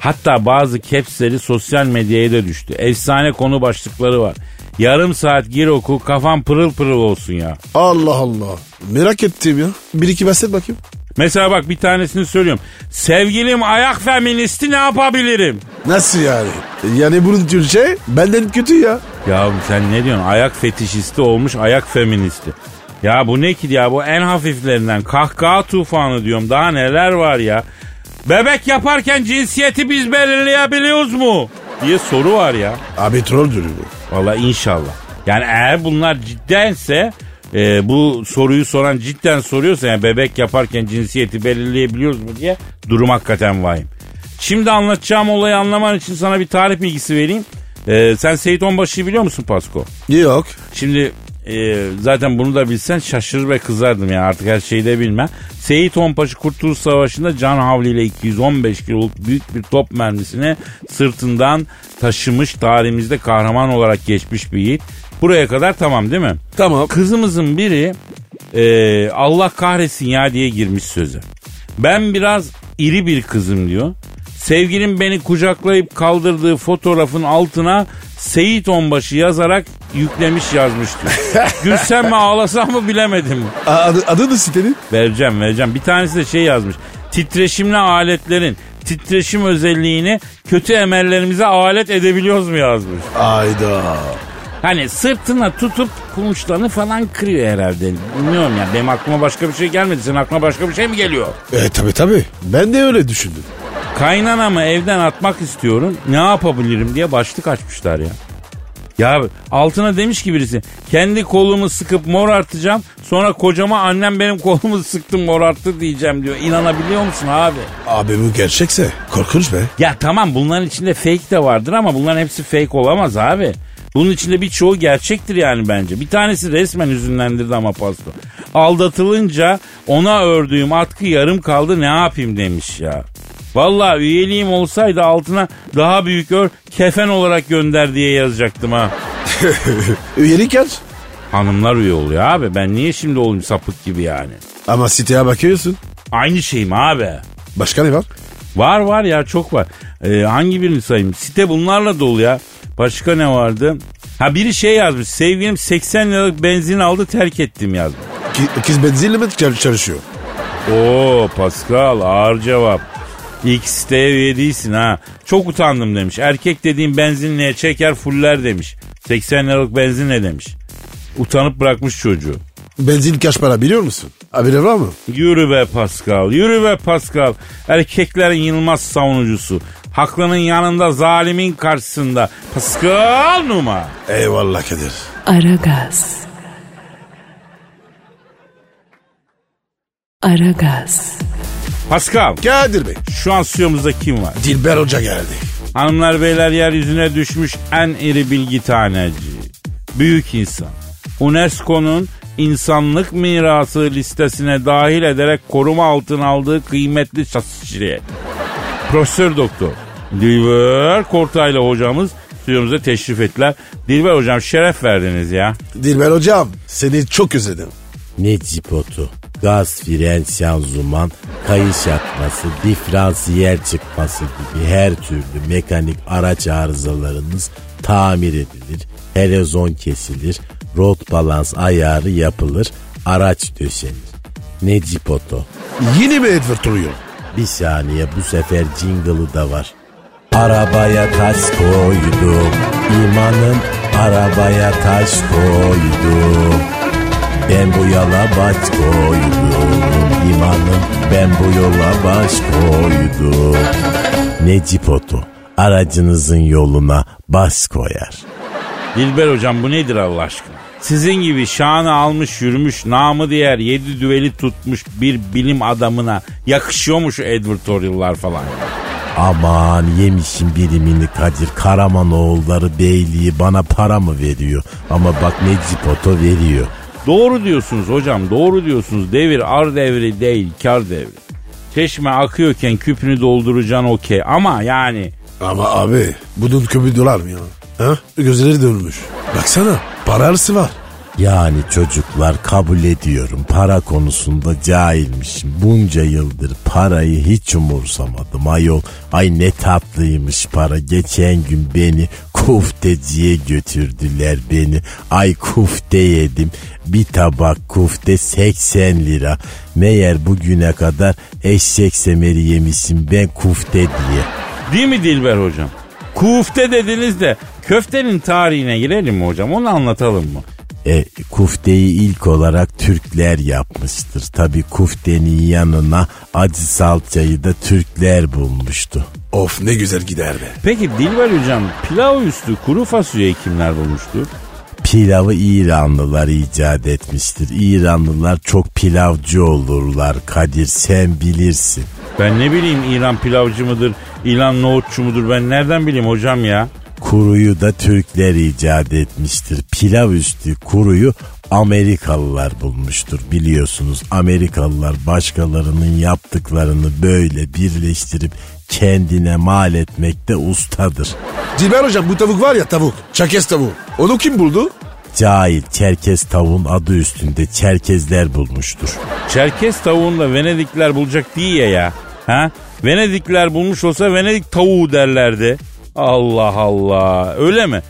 B: Hatta bazı capsleri sosyal medyaya da düştü. Efsane konu başlıkları var. Yarım saat gir oku kafan pırıl pırıl olsun ya.
C: Allah Allah. Merak ettim ya. Bir iki bahset bakayım.
B: Mesela bak bir tanesini söylüyorum. Sevgilim ayak feministi ne yapabilirim?
C: Nasıl yani? Yani bunun Türkçe benden kötü ya.
B: Ya sen ne diyorsun? Ayak fetişisti olmuş ayak feministi. Ya bu ne ki ya bu en hafiflerinden kahkaha tufanı diyorum daha neler var ya. Bebek yaparken cinsiyeti biz belirleyebiliyoruz mu? diye soru var ya.
C: Abi troll duruyor bu.
B: Valla inşallah. Yani eğer bunlar ciddense e, bu soruyu soran cidden soruyorsa yani bebek yaparken cinsiyeti belirleyebiliyoruz mu diye durum hakikaten vahim. Şimdi anlatacağım olayı anlaman için sana bir tarih bilgisi vereyim. E, sen Seyit Onbaşı'yı biliyor musun Pasko?
C: Yok.
B: Şimdi e, zaten bunu da bilsen şaşırır ve kızardım yani artık her şeyi de bilmem. Seyit Onbaşı Kurtuluş Savaşı'nda can havliyle 215 kiloluk büyük bir top mermisini sırtından taşımış tarihimizde kahraman olarak geçmiş bir yiğit. Buraya kadar tamam değil mi?
C: Tamam.
B: Kızımızın biri e, Allah kahretsin ya diye girmiş sözü. Ben biraz iri bir kızım diyor. Sevgilim beni kucaklayıp kaldırdığı fotoğrafın altına Seyit Onbaşı yazarak yüklemiş yazmış diyor. Gülsem mi ağlasam mı bilemedim.
C: A- adı, adı da sitenin?
B: Vereceğim vereceğim. Bir tanesi de şey yazmış. Titreşimli aletlerin titreşim özelliğini kötü emellerimize alet edebiliyoruz mu yazmış.
C: Ayda.
B: Hani sırtına tutup kumuşlarını falan kırıyor herhalde. Bilmiyorum ya benim aklıma başka bir şey gelmedi. Senin aklına başka bir şey mi geliyor?
C: E tabi tabi. Ben de öyle düşündüm.
B: Kaynanamı evden atmak istiyorum. Ne yapabilirim diye başlık açmışlar ya. Ya altına demiş ki birisi kendi kolumu sıkıp mor artacağım sonra kocama annem benim kolumu sıktı mor arttı diyeceğim diyor. İnanabiliyor musun abi?
C: Abi bu gerçekse korkunç be.
B: Ya tamam bunların içinde fake de vardır ama bunların hepsi fake olamaz abi. Bunun içinde birçoğu gerçektir yani bence. Bir tanesi resmen hüzünlendirdi ama pasto. Aldatılınca ona ördüğüm atkı yarım kaldı ne yapayım demiş ya. Vallahi üyeliğim olsaydı altına daha büyük ör kefen olarak gönder diye yazacaktım ha.
C: Üyelik aç.
B: Hanımlar üye oluyor abi. Ben niye şimdi olayım sapık gibi yani?
C: Ama siteye bakıyorsun.
B: Aynı şeyim abi.
C: Başka ne var?
B: Var var ya çok var. Ee, hangi birini sayayım? Site bunlarla dolu ya. Başka ne vardı? Ha biri şey yazmış. Sevgilim 80 liralık benzin aldı terk ettim yazmış.
C: Ki, kız benzinle mi çal- çalışıyor?
B: Oo Pascal ağır cevap. X'te üye değilsin ha. Çok utandım demiş. Erkek dediğin benzinliğe çeker fuller demiş. 80 liralık benzin ne demiş. Utanıp bırakmış çocuğu.
C: Benzin kaç para biliyor musun? Haberi var mı?
B: Yürü be Pascal, yürü be Pascal. Erkeklerin yılmaz savunucusu. Haklının yanında, zalimin karşısında. Pascal Numa.
C: Eyvallah Kadir.
A: Aragaz. Aragaz.
B: Pascal,
C: Kadir Bey.
B: şu an stüdyomuzda kim var?
C: Dilber Hoca geldi.
B: Hanımlar beyler yeryüzüne düşmüş en iri bilgi taneci. Büyük insan. UNESCO'nun insanlık mirası listesine dahil ederek koruma altına aldığı kıymetli şahsiyet. Profesör Doktor Dilber Kortaylı hocamız stüdyomuza teşrif ettiler. Dilber hocam şeref verdiniz ya.
C: Dilber Hocam seni çok özledim.
D: Ne cipotu, gaz fren şanzuman, kayış atması, diferansiyel çıkması gibi her türlü mekanik araç arızalarınız tamir edilir. Helezon kesilir, rot balans ayarı yapılır, araç döşenir. Ne cipoto.
C: Yeni mi Edward oluyor?
D: Bir saniye bu sefer jingle'ı da var. Arabaya taş koydum, imanım arabaya taş koydum. Ben bu yola baş koydum, imanım ben bu yola baş koydum. Necip Otu, aracınızın yoluna baş koyar.
B: Dilber hocam bu nedir Allah aşkına? Sizin gibi şanı almış yürümüş namı diğer yedi düveli tutmuş bir bilim adamına yakışıyor mu şu advertorial'lar falan?
D: Aman yemişim birimini Kadir Karamanoğulları Beyliği bana para mı veriyor? Ama bak Necip Otu veriyor.
B: Doğru diyorsunuz hocam doğru diyorsunuz. Devir ar devri değil kar devri. Çeşme akıyorken küpünü dolduracaksın okey ama yani
C: Ama abi bunun kömür dolar mı ya? Ha? Gözleri dönmüş. Baksana para arası var.
D: Yani çocuklar kabul ediyorum para konusunda cahilmişim. Bunca yıldır parayı hiç umursamadım ayol. Ay ne tatlıymış para. Geçen gün beni kufteciye götürdüler beni. Ay kufte yedim. Bir tabak kufte 80 lira. Meğer bugüne kadar eşek semeri yemişim ben kufte diye.
B: değil mi Dilber hocam? Kufte dediniz de köftenin tarihine girelim mi hocam onu anlatalım mı?
D: E, kufteyi ilk olarak Türkler yapmıştır. Tabi kuftenin yanına acı salçayı da Türkler bulmuştu.
C: Of ne güzel gider be.
B: Peki Dilber hocam pilav üstü kuru fasulyeyi kimler bulmuştu?
D: Pilavı İranlılar icat etmiştir. İranlılar çok pilavcı olurlar Kadir sen bilirsin.
B: Ben ne bileyim İran pilavcı mıdır, İran nohutçu mudur ben nereden bileyim hocam ya?
D: Kuruyu da Türkler icat etmiştir. Pilav üstü kuruyu Amerikalılar bulmuştur biliyorsunuz. Amerikalılar başkalarının yaptıklarını böyle birleştirip kendine mal etmekte ustadır.
C: Dilber Hocam bu tavuk var ya tavuk. Çakes tavuğu. Onu kim buldu?
D: Cahil Çerkez tavuğun adı üstünde Çerkezler bulmuştur.
B: Çerkes tavuğunu da Venedikler bulacak değil ya ya. Ha? Venedikler bulmuş olsa Venedik tavuğu derlerdi. Allah Allah öyle mi?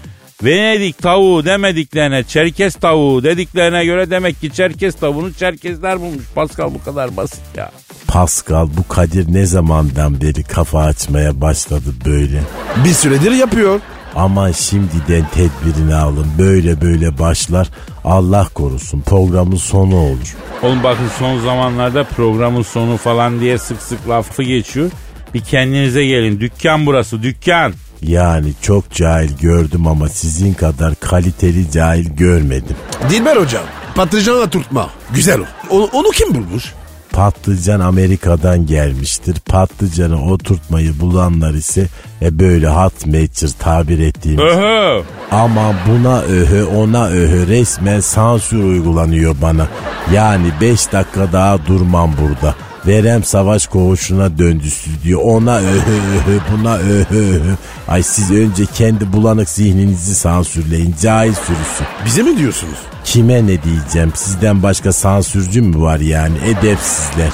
B: Venedik tavuğu demediklerine Çerkes tavuğu dediklerine göre demek ki Çerkes tavuğunu Çerkesler bulmuş. Pascal bu kadar basit ya.
D: Pascal bu Kadir ne zamandan beri kafa açmaya başladı böyle.
C: Bir süredir yapıyor.
D: Aman şimdiden tedbirini alın böyle böyle başlar Allah korusun programın sonu olur.
B: Oğlum bakın son zamanlarda programın sonu falan diye sık sık lafı geçiyor. Bir kendinize gelin. Dükkan burası dükkan.
D: Yani çok cahil gördüm ama sizin kadar kaliteli cahil görmedim.
C: Dilber Hocam patlıcanla tutma. Güzel o. Onu, onu kim bulmuş?
D: Patlıcan Amerika'dan gelmiştir. Patlıcanı oturtmayı bulanlar ise e, böyle hot matcher tabir ettiğimiz
B: Öhö.
D: Ama buna öhü ona öhü resmen sansür uygulanıyor bana. Yani 5 dakika daha durmam burada.
E: Verem savaş koğuşuna döndü stüdyo. Ona öhö öhö buna öhö öhö. Ay siz önce kendi bulanık zihninizi sansürleyin. Cahil sürüsü.
C: Bize mi diyorsunuz?
E: Kime ne diyeceğim? Sizden başka sansürcü mü var yani? Edepsizler.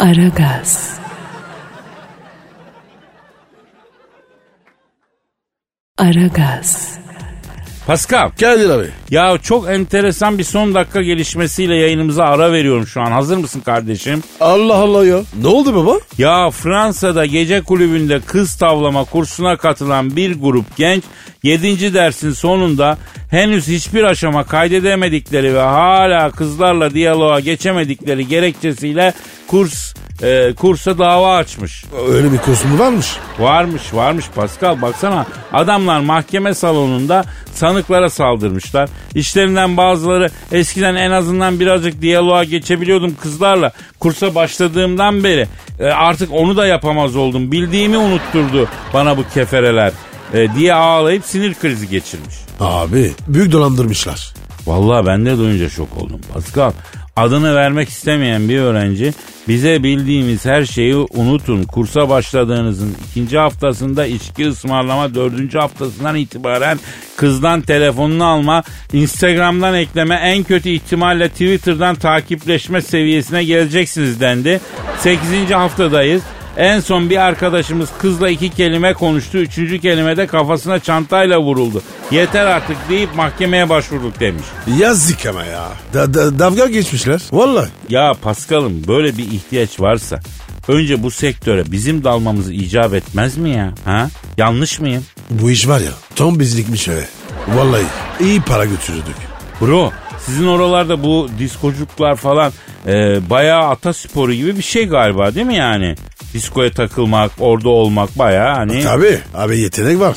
A: Aragaz. Aragaz.
B: Pascal.
C: Kadir abi.
B: Ya çok enteresan bir son dakika gelişmesiyle yayınımıza ara veriyorum şu an. Hazır mısın kardeşim?
C: Allah Allah ya. Ne oldu baba?
B: Ya Fransa'da gece kulübünde kız tavlama kursuna katılan bir grup genç 7. dersin sonunda henüz hiçbir aşama kaydedemedikleri ve hala kızlarla diyaloğa geçemedikleri gerekçesiyle kurs e, kursa dava açmış.
C: Öyle bir kostümü varmış.
B: Varmış varmış Pascal baksana adamlar mahkeme salonunda sanıklara saldırmışlar. İşlerinden bazıları eskiden en azından birazcık diyaloğa geçebiliyordum kızlarla. Kursa başladığımdan beri e, artık onu da yapamaz oldum. Bildiğimi unutturdu bana bu kefereler e, diye ağlayıp sinir krizi geçirmiş.
C: Abi büyük dolandırmışlar.
B: Vallahi ben de duyunca şok oldum Pascal. Adını vermek istemeyen bir öğrenci bize bildiğimiz her şeyi unutun. Kursa başladığınızın ikinci haftasında içki ısmarlama, dördüncü haftasından itibaren kızdan telefonunu alma, Instagram'dan ekleme, en kötü ihtimalle Twitter'dan takipleşme seviyesine geleceksiniz dendi. Sekizinci haftadayız. En son bir arkadaşımız kızla iki kelime konuştu. Üçüncü kelimede kafasına çantayla vuruldu. Yeter artık deyip mahkemeye başvurduk demiş.
C: Yazık ama ya. Da, da- davga geçmişler. Vallahi.
B: Ya Paskal'ım böyle bir ihtiyaç varsa önce bu sektöre bizim dalmamız icap etmez mi ya? Ha? Yanlış mıyım?
C: Bu iş var ya tam bizlikmiş he. Vallahi iyi para götürürdük.
B: Bro sizin oralarda bu diskocuklar falan e, bayağı atasporu gibi bir şey galiba değil mi yani? Diskoya takılmak, orada olmak bayağı hani...
C: Tabii abi yetenek var.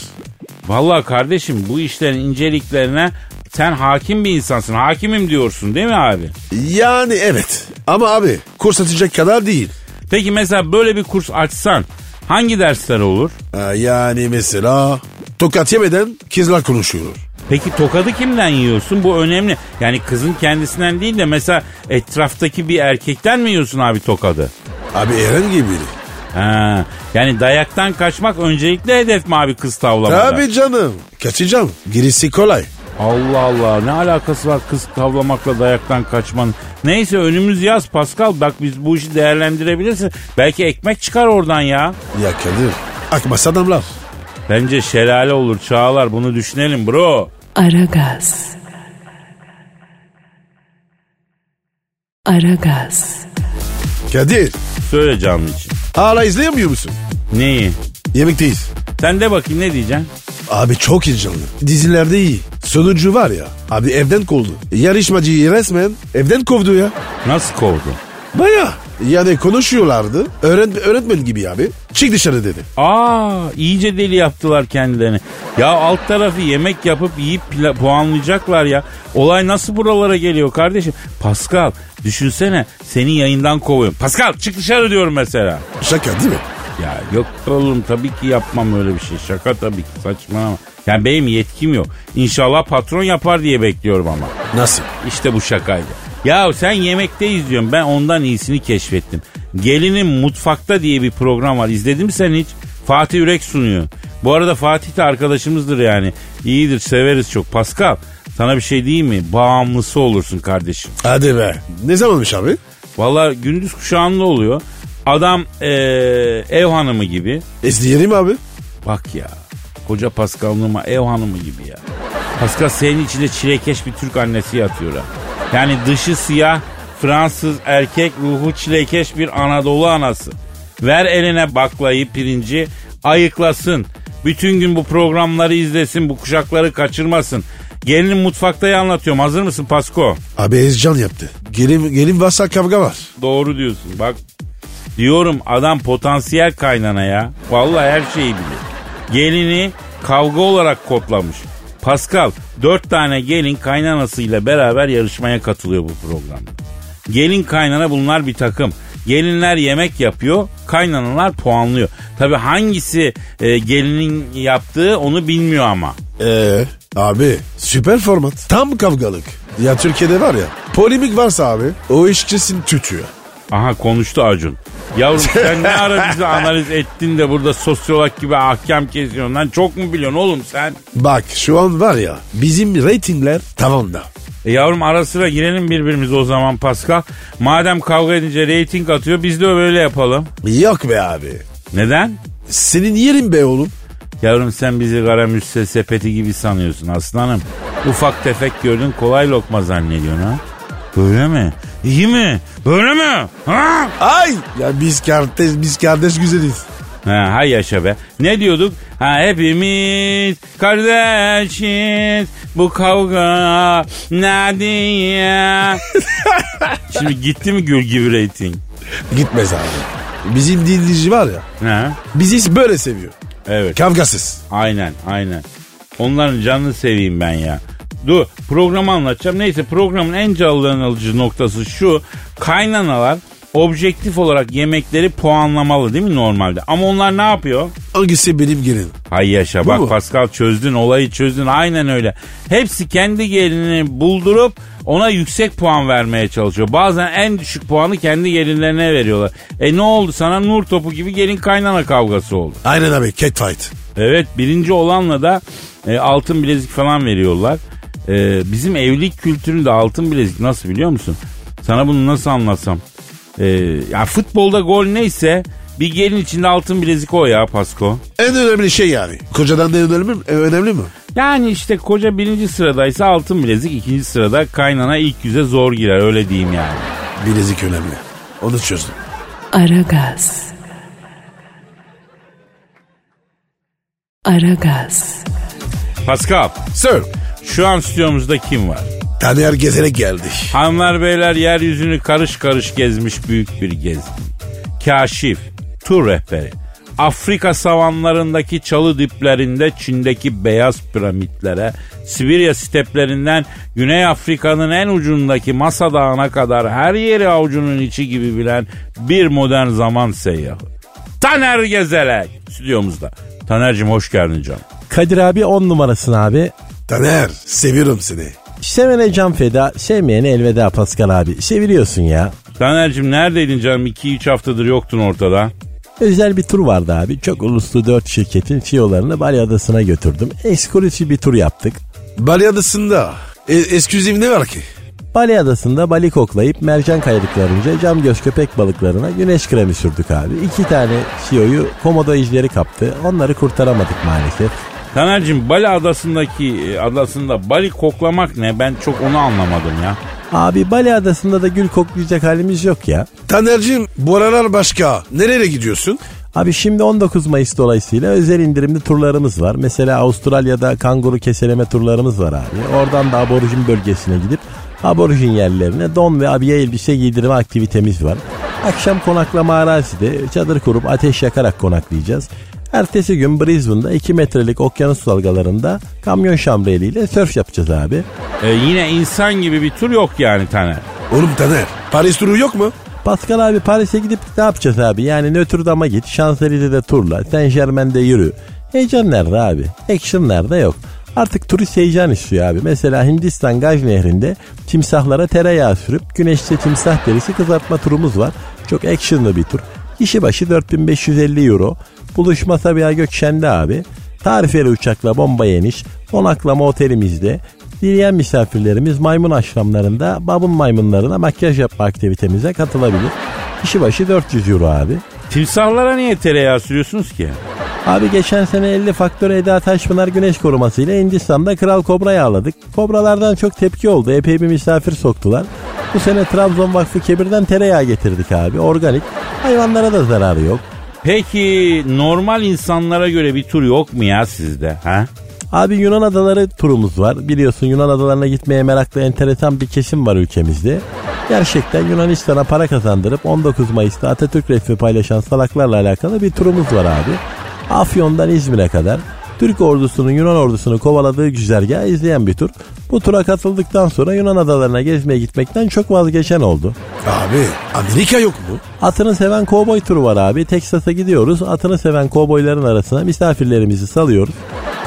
B: Vallahi kardeşim bu işlerin inceliklerine sen hakim bir insansın. Hakimim diyorsun değil mi abi?
C: Yani evet. Ama abi kurs atacak kadar değil.
B: Peki mesela böyle bir kurs açsan hangi dersler olur?
C: Ha, yani mesela tokat yemeden kızlar konuşuyor.
B: Peki tokadı kimden yiyorsun? Bu önemli. Yani kızın kendisinden değil de mesela etraftaki bir erkekten mi yiyorsun abi tokadı?
C: Abi Eren gibi biri.
B: Ha, yani dayaktan kaçmak öncelikli hedef mi abi kız tavlamada?
C: Tabii canım. Kaçacağım. Girisi kolay.
B: Allah Allah ne alakası var kız tavlamakla dayaktan kaçmanın. Neyse önümüz yaz Pascal bak biz bu işi değerlendirebilirsin. Belki ekmek çıkar oradan ya.
C: Ya Kadir. Akmasa adamlar.
B: Bence şelale olur Çağlar bunu düşünelim bro.
A: Aragaz. Aragaz.
C: Kadir.
B: Söyle canlı için.
C: Hala izleyemiyor musun?
B: Neyi?
C: Yemekteyiz.
B: Sen de bakayım ne diyeceksin?
C: Abi çok heyecanlı. Dizilerde iyi. Sonucu var ya. Abi evden kovdu. Yarışmacıyı resmen evden kovdu ya.
B: Nasıl kovdu?
C: Baya. Yani konuşuyorlardı. Öğren, öğretmen gibi abi. Çık dışarı dedi.
B: Aa iyice deli yaptılar kendilerini. Ya alt tarafı yemek yapıp yiyip pla- puanlayacaklar ya. Olay nasıl buralara geliyor kardeşim? Pascal düşünsene seni yayından kovuyorum. Pascal çık dışarı diyorum mesela.
C: Şaka değil mi?
B: Ya yok oğlum tabii ki yapmam öyle bir şey. Şaka tabii ki saçmalama. Yani benim yetkim yok. İnşallah patron yapar diye bekliyorum ama.
C: Nasıl?
B: İşte bu şakaydı. Ya sen yemekte izliyorsun. Ben ondan iyisini keşfettim. Gelinin Mutfakta diye bir program var. İzledin mi sen hiç? Fatih Ürek sunuyor. Bu arada Fatih de arkadaşımızdır yani. İyidir severiz çok. Pascal sana bir şey diyeyim mi? Bağımlısı olursun kardeşim.
C: Hadi be. Ne zamanmış abi?
B: Valla gündüz kuşağında oluyor. Adam eee, ev hanımı gibi.
C: İzleyelim abi.
B: Bak ya. Koca Paskal'ıma ev hanımı gibi ya. Paskal senin içinde çilekeş bir Türk annesi yatıyor ha. Yani dışı siyah Fransız erkek ruhu çilekeş bir Anadolu anası. Ver eline baklayı pirinci ayıklasın. Bütün gün bu programları izlesin bu kuşakları kaçırmasın. Gelinin mutfaktayı anlatıyorum hazır mısın Pasko?
C: Abi heyecan yaptı. Gelin, gelin varsa kavga var.
B: Doğru diyorsun bak. Diyorum adam potansiyel kaynana ya. Vallahi her şeyi biliyor. Gelini kavga olarak kodlamış. Pascal dört tane gelin kaynanasıyla beraber yarışmaya katılıyor bu programda. Gelin kaynana bunlar bir takım. Gelinler yemek yapıyor, kaynanalar puanlıyor. Tabi hangisi e, gelinin yaptığı onu bilmiyor ama.
C: Ee, abi süper format. Tam kavgalık. Ya Türkiye'de var ya polemik varsa abi o işçisin tütüyor.
B: Aha konuştu Acun. Yavrum sen ne ara bizi analiz ettin de burada sosyolog gibi ahkam kesiyorsun lan. Çok mu biliyorsun oğlum sen?
C: Bak şu an var ya bizim reytingler tavanda.
B: E yavrum ara sıra girelim birbirimize o zaman Pascal. Madem kavga edince reyting atıyor biz de öyle yapalım.
C: Yok be abi.
B: Neden?
C: Senin yerin be oğlum.
B: Yavrum sen bizi kara müsse sepeti gibi sanıyorsun aslanım. Ufak tefek gördün kolay lokma zannediyorsun ha. Öyle mi? İyi mi? Öyle mi? Ha?
C: Ay ya biz kardeş biz kardeş güzeliz.
B: Ha, hay yaşa be. Ne diyorduk? Ha hepimiz kardeşiz. Bu kavga ne diye. Şimdi gitti mi gül gibi reyting?
C: Gitmez abi. Bizim dinleyici var ya
B: Ha?
C: bizi böyle seviyor.
B: Evet.
C: Kavgasız.
B: Aynen aynen. Onların canını seveyim ben ya. Dur programı anlatacağım. Neyse programın en canlı alıcı noktası şu. Kaynanalar objektif olarak yemekleri puanlamalı değil mi normalde? Ama onlar ne yapıyor?
C: Hangisi benim gelin?
B: Hay yaşa
C: Bu
B: bak
C: mu?
B: Pascal çözdün olayı çözdün aynen öyle. Hepsi kendi gelini buldurup ona yüksek puan vermeye çalışıyor. Bazen en düşük puanı kendi gelinlerine veriyorlar. E ne oldu sana nur topu gibi gelin kaynana kavgası oldu.
C: Aynen abi catfight.
B: Evet birinci olanla da e, altın bilezik falan veriyorlar. E, bizim evlilik kültüründe altın bilezik nasıl biliyor musun? Sana bunu nasıl anlatsam? E, ya futbolda gol neyse bir gelin içinde altın bilezik o ya Pasko.
C: En önemli şey yani. Kocadan da önemli mi? E, Önemli mi?
B: Yani işte koca birinci sıradaysa altın bilezik ikinci sırada kaynana ilk yüze zor girer öyle diyeyim yani.
C: Bilezik önemli. Onu çözdüm.
A: Aragaz. Aragaz.
B: Pascal
C: Sir.
B: şu an stüdyomuzda kim var?
C: Taner gezerek geldi.
B: Hanımlar beyler yeryüzünü karış karış gezmiş büyük bir gezgin. Kaşif, tur rehberi. Afrika savanlarındaki çalı diplerinde Çin'deki beyaz piramitlere, Sibirya steplerinden Güney Afrika'nın en ucundaki Masa Dağı'na kadar her yeri avucunun içi gibi bilen bir modern zaman seyyahı. Taner Gezelek stüdyomuzda. Taner'cim hoş geldin canım.
D: Kadir abi on numarasın abi.
C: Taner seviyorum seni.
D: Sevene can feda, sevmeyene elveda Pascal abi. Seviliyorsun ya.
B: Taner'cim neredeydin canım? 2-3 haftadır yoktun ortada.
D: Özel bir tur vardı abi. Çok uluslu dört şirketin CEO'larını Bali Adası'na götürdüm. Ekskursif bir tur yaptık.
C: Bali Adası'nda e, exclusive ne var ki?
D: Bali Adası'nda balık koklayıp mercan kayalıklarınca cam göz köpek balıklarına güneş kremi sürdük abi. İki tane CEO'yu komodo izleri kaptı. Onları kurtaramadık maalesef.
B: Taner'cim Bali adasındaki e, adasında Bali koklamak ne? Ben çok onu anlamadım ya.
D: Abi Bali Adası'nda da gül koklayacak halimiz yok ya.
C: Taner'cim bu aralar başka. Nereye gidiyorsun?
D: Abi şimdi 19 Mayıs dolayısıyla özel indirimli turlarımız var. Mesela Avustralya'da kanguru keseleme turlarımız var abi. Oradan da aborjin bölgesine gidip aborjin yerlerine don ve abiye elbise giydirme aktivitemiz var. Akşam konaklama arazide çadır kurup ateş yakarak konaklayacağız. Ertesi gün Brisbane'da 2 metrelik okyanus dalgalarında kamyon şamreliyle sörf yapacağız abi.
B: E, yine insan gibi bir tur yok yani Taner.
C: Oğlum Taner Paris turu yok mu?
D: Pascal abi Paris'e gidip ne yapacağız abi? Yani Notre Dame'a git, Şanzelize'de turla, Saint Germain'de yürü. Heyecan nerede abi? Action nerede yok? Artık turist heyecan istiyor abi. Mesela Hindistan Gaj Nehri'nde timsahlara tereyağı sürüp güneşte timsah derisi kızartma turumuz var. Çok actionlı bir tur. Kişi başı 4550 euro. Buluşma Sabiha Gökşen'de abi. Tarifeli uçakla bomba yeniş. Konaklama otelimizde. Dileyen misafirlerimiz maymun aşramlarında babun maymunlarına makyaj yapma aktivitemize katılabilir. Kişi başı 400 euro abi.
B: Timsahlara niye tereyağı sürüyorsunuz ki?
D: Abi geçen sene 50 faktör Eda Taşpınar güneş koruması ile Hindistan'da kral kobra yağladık. Kobralardan çok tepki oldu. Epey bir misafir soktular. Bu sene Trabzon Vakfı Kebir'den tereyağı getirdik abi. Organik. Hayvanlara da zararı yok.
B: Peki normal insanlara göre bir tur yok mu ya sizde? Ha?
D: Abi Yunan adaları turumuz var. Biliyorsun Yunan adalarına gitmeye meraklı enteresan bir kesim var ülkemizde. Gerçekten Yunanistan'a para kazandırıp 19 Mayıs'ta Atatürk resmi paylaşan salaklarla alakalı bir turumuz var abi. Afyon'dan İzmir'e kadar Türk ordusunun Yunan ordusunu kovaladığı güzergahı izleyen bir tur. Bu tura katıldıktan sonra Yunan adalarına gezmeye gitmekten çok vazgeçen oldu.
C: Abi Amerika yok mu?
D: Atını seven kovboy turu var abi. Texas'a gidiyoruz. Atını seven kovboyların arasına misafirlerimizi salıyoruz.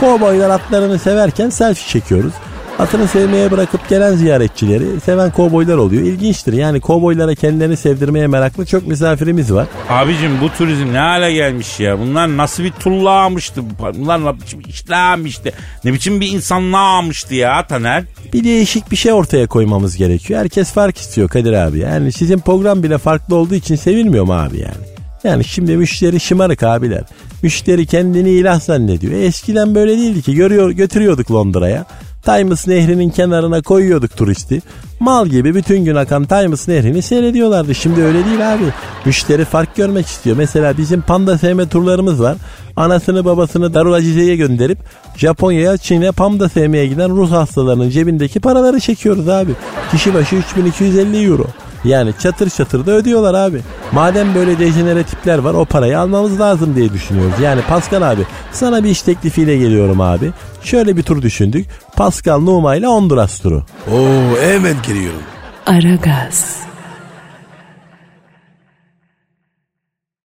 D: Kovboylar atlarını severken selfie çekiyoruz. Atını sevmeye bırakıp gelen ziyaretçileri seven kovboylar oluyor. İlginçtir yani kovboylara kendilerini sevdirmeye meraklı çok misafirimiz var.
B: Abicim bu turizm ne hale gelmiş ya? Bunlar nasıl bir tullağmıştı? Bunlar ne biçim işlağmıştı? Ne biçim bir insanlığa ya Taner?
D: Bir değişik bir şey ortaya koymamız gerekiyor. Herkes fark istiyor Kadir abi. Yani sizin program bile farklı olduğu için sevilmiyor mu abi yani? Yani şimdi müşteri şımarık abiler. Müşteri kendini ilah zannediyor. E eskiden böyle değildi ki. Görüyor, götürüyorduk Londra'ya. Times Nehri'nin kenarına koyuyorduk turisti. Mal gibi bütün gün akan Times Nehri'ni seyrediyorlardı. Şimdi öyle değil abi. Müşteri fark görmek istiyor. Mesela bizim panda sevme turlarımız var. Anasını babasını Darul Acize'ye gönderip Japonya'ya, Çin'e panda sevmeye giden Rus hastalarının cebindeki paraları çekiyoruz abi. Kişi başı 3250 euro. Yani çatır çatır da ödüyorlar abi. Madem böyle dejenere tipler var o parayı almamız lazım diye düşünüyoruz. Yani Pascal abi sana bir iş teklifiyle geliyorum abi. Şöyle bir tur düşündük. Pascal Numa ile Honduras turu.
C: Oo hemen geliyorum.
A: Aragaz.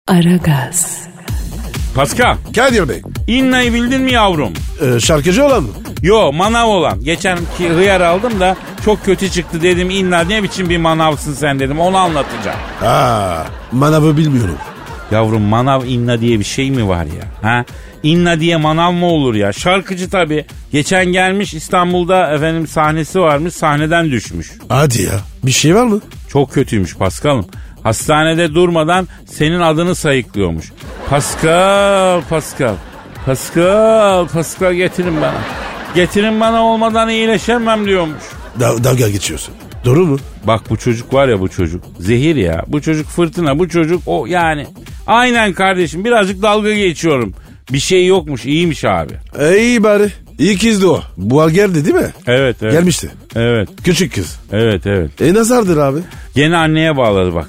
A: Aragaz.
B: Pascal,
C: Kadir Bey.
B: İnna'yı bildin mi yavrum?
C: e, şarkıcı olan mı?
B: Yo manav olan. Geçen ki hıyar aldım da çok kötü çıktı dedim. İnna ne biçim bir manavsın sen dedim. Onu anlatacağım.
C: Ha, manavı bilmiyorum.
B: Yavrum manav inna diye bir şey mi var ya? Ha? İnna diye manav mı olur ya? Şarkıcı tabii. Geçen gelmiş İstanbul'da efendim sahnesi varmış. Sahneden düşmüş.
C: Hadi ya. Bir şey var mı?
B: Çok kötüymüş Paskal'ım. Hastanede durmadan senin adını sayıklıyormuş. Pascal, Pascal. Pascal, Pascal getirin bana. Getirin bana olmadan iyileşemem diyormuş.
C: Da- dalga geçiyorsun. Doğru mu?
B: Bak bu çocuk var ya bu çocuk. Zehir ya. Bu çocuk fırtına. Bu çocuk o yani. Aynen kardeşim birazcık dalga geçiyorum. Bir şey yokmuş iyiymiş abi.
C: E, iyi bari. İyi kızdı o. Bu geldi değil mi?
B: Evet evet.
C: Gelmişti.
B: Evet
C: Küçük kız.
B: evet evet.
C: E nazardır abi.
B: Yeni anneye bağladı bak.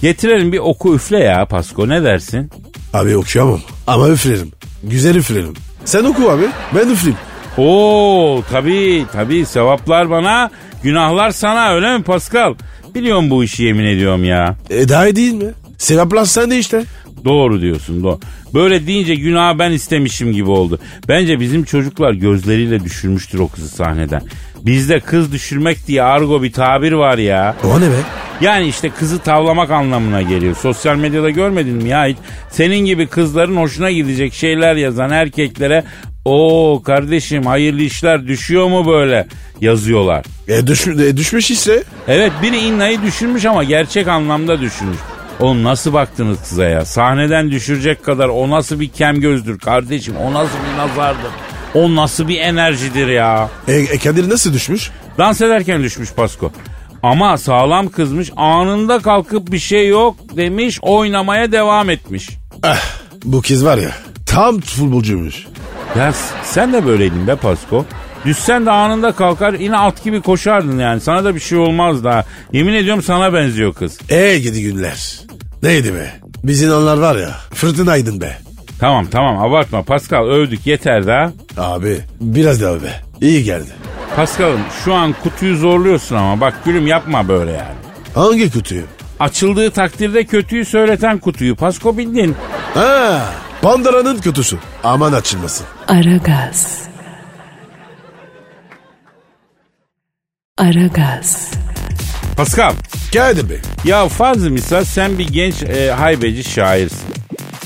B: Getirelim bir oku üfle ya Pasko ne dersin?
C: Abi okuyamam. Ama üflerim. Güzel üflerim. Sen oku abi. Ben üfleyeyim.
B: Oo tabii tabii sevaplar bana günahlar sana öyle mi Pascal? Biliyorum bu işi yemin ediyorum ya.
C: E daha iyi değil mi? Sevaplar sende işte.
B: Doğru diyorsun doğru. Böyle deyince günah ben istemişim gibi oldu. Bence bizim çocuklar gözleriyle düşürmüştür o kızı sahneden. Bizde kız düşürmek diye argo bir tabir var ya.
C: O ne be?
B: Yani işte kızı tavlamak anlamına geliyor. Sosyal medyada görmedin mi ya hiç? Senin gibi kızların hoşuna gidecek şeyler yazan erkeklere o kardeşim hayırlı işler düşüyor mu böyle yazıyorlar.
C: E, düş, e, düşmüş ise
B: Evet biri İnna'yı düşürmüş ama gerçek anlamda düşürmüş. Oğlum nasıl baktınız kıza ya? Sahneden düşürecek kadar o nasıl bir kem gözdür kardeşim? O nasıl bir nazardır? O nasıl bir enerjidir ya?
C: e, e, Kadir nasıl düşmüş?
B: Dans ederken düşmüş Pasko. Ama sağlam kızmış anında kalkıp bir şey yok demiş oynamaya devam etmiş.
C: Ah, bu kız var ya tam futbolcuymuş.
B: Ya s- sen de böyleydin be Pasko. Düşsen de anında kalkar yine at gibi koşardın yani. Sana da bir şey olmaz da. Yemin ediyorum sana benziyor kız.
C: E gidi günler. Neydi be? Biz inanlar var ya fırtınaydın be.
B: Tamam tamam abartma Pascal övdük yeter daha.
C: Abi biraz daha be. İyi geldi.
B: Pascal'ım şu an kutuyu zorluyorsun ama bak gülüm yapma böyle yani.
C: Hangi kutuyu?
B: Açıldığı takdirde kötüyü söyleten kutuyu Pasko bildin.
C: Ha, Pandora'nın kutusu. Aman açılmasın.
A: Aragaz. Aragaz.
B: Pascal
C: Kadir Bey.
B: ya fazla misal sen bir genç e, haybeci şairsin.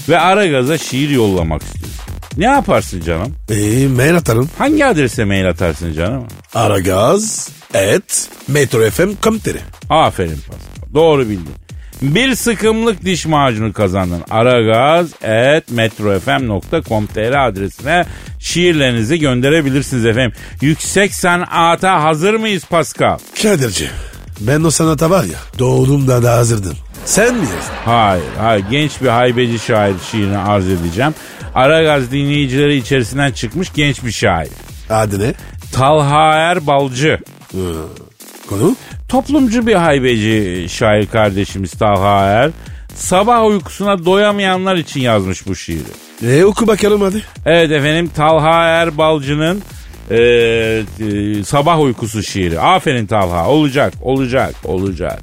B: Ve Aragaz'a şiir yollamak istiyorsun. Ne yaparsın canım?
C: E, mail atarım.
B: Hangi adrese mail atarsın canım?
C: Aragaz et metrofm.com.tr
B: Aferin Pascal. Doğru bildin. Bir sıkımlık diş macunu kazandın. aragaz.metrofm.com.tr adresine şiirlerinizi gönderebilirsiniz efendim. Yüksek sanata hazır mıyız Pascal?
C: Kadir'ciğim ben o sanata var ya doğduğumda da hazırdım. Sen mi yazdın?
B: Hayır, hayır. Genç bir haybeci şair şiirini arz edeceğim. Aragaz dinleyicileri içerisinden çıkmış genç bir şair.
C: Adı ne?
B: Talha Er Balcı.
C: Konu?
B: Toplumcu bir haybeci şair kardeşimiz Talha Er. Sabah uykusuna doyamayanlar için yazmış bu şiiri.
C: E, oku bakalım hadi.
B: Evet efendim Talha Erbalcı'nın e, e, sabah uykusu şiiri. Aferin Talha olacak olacak olacak.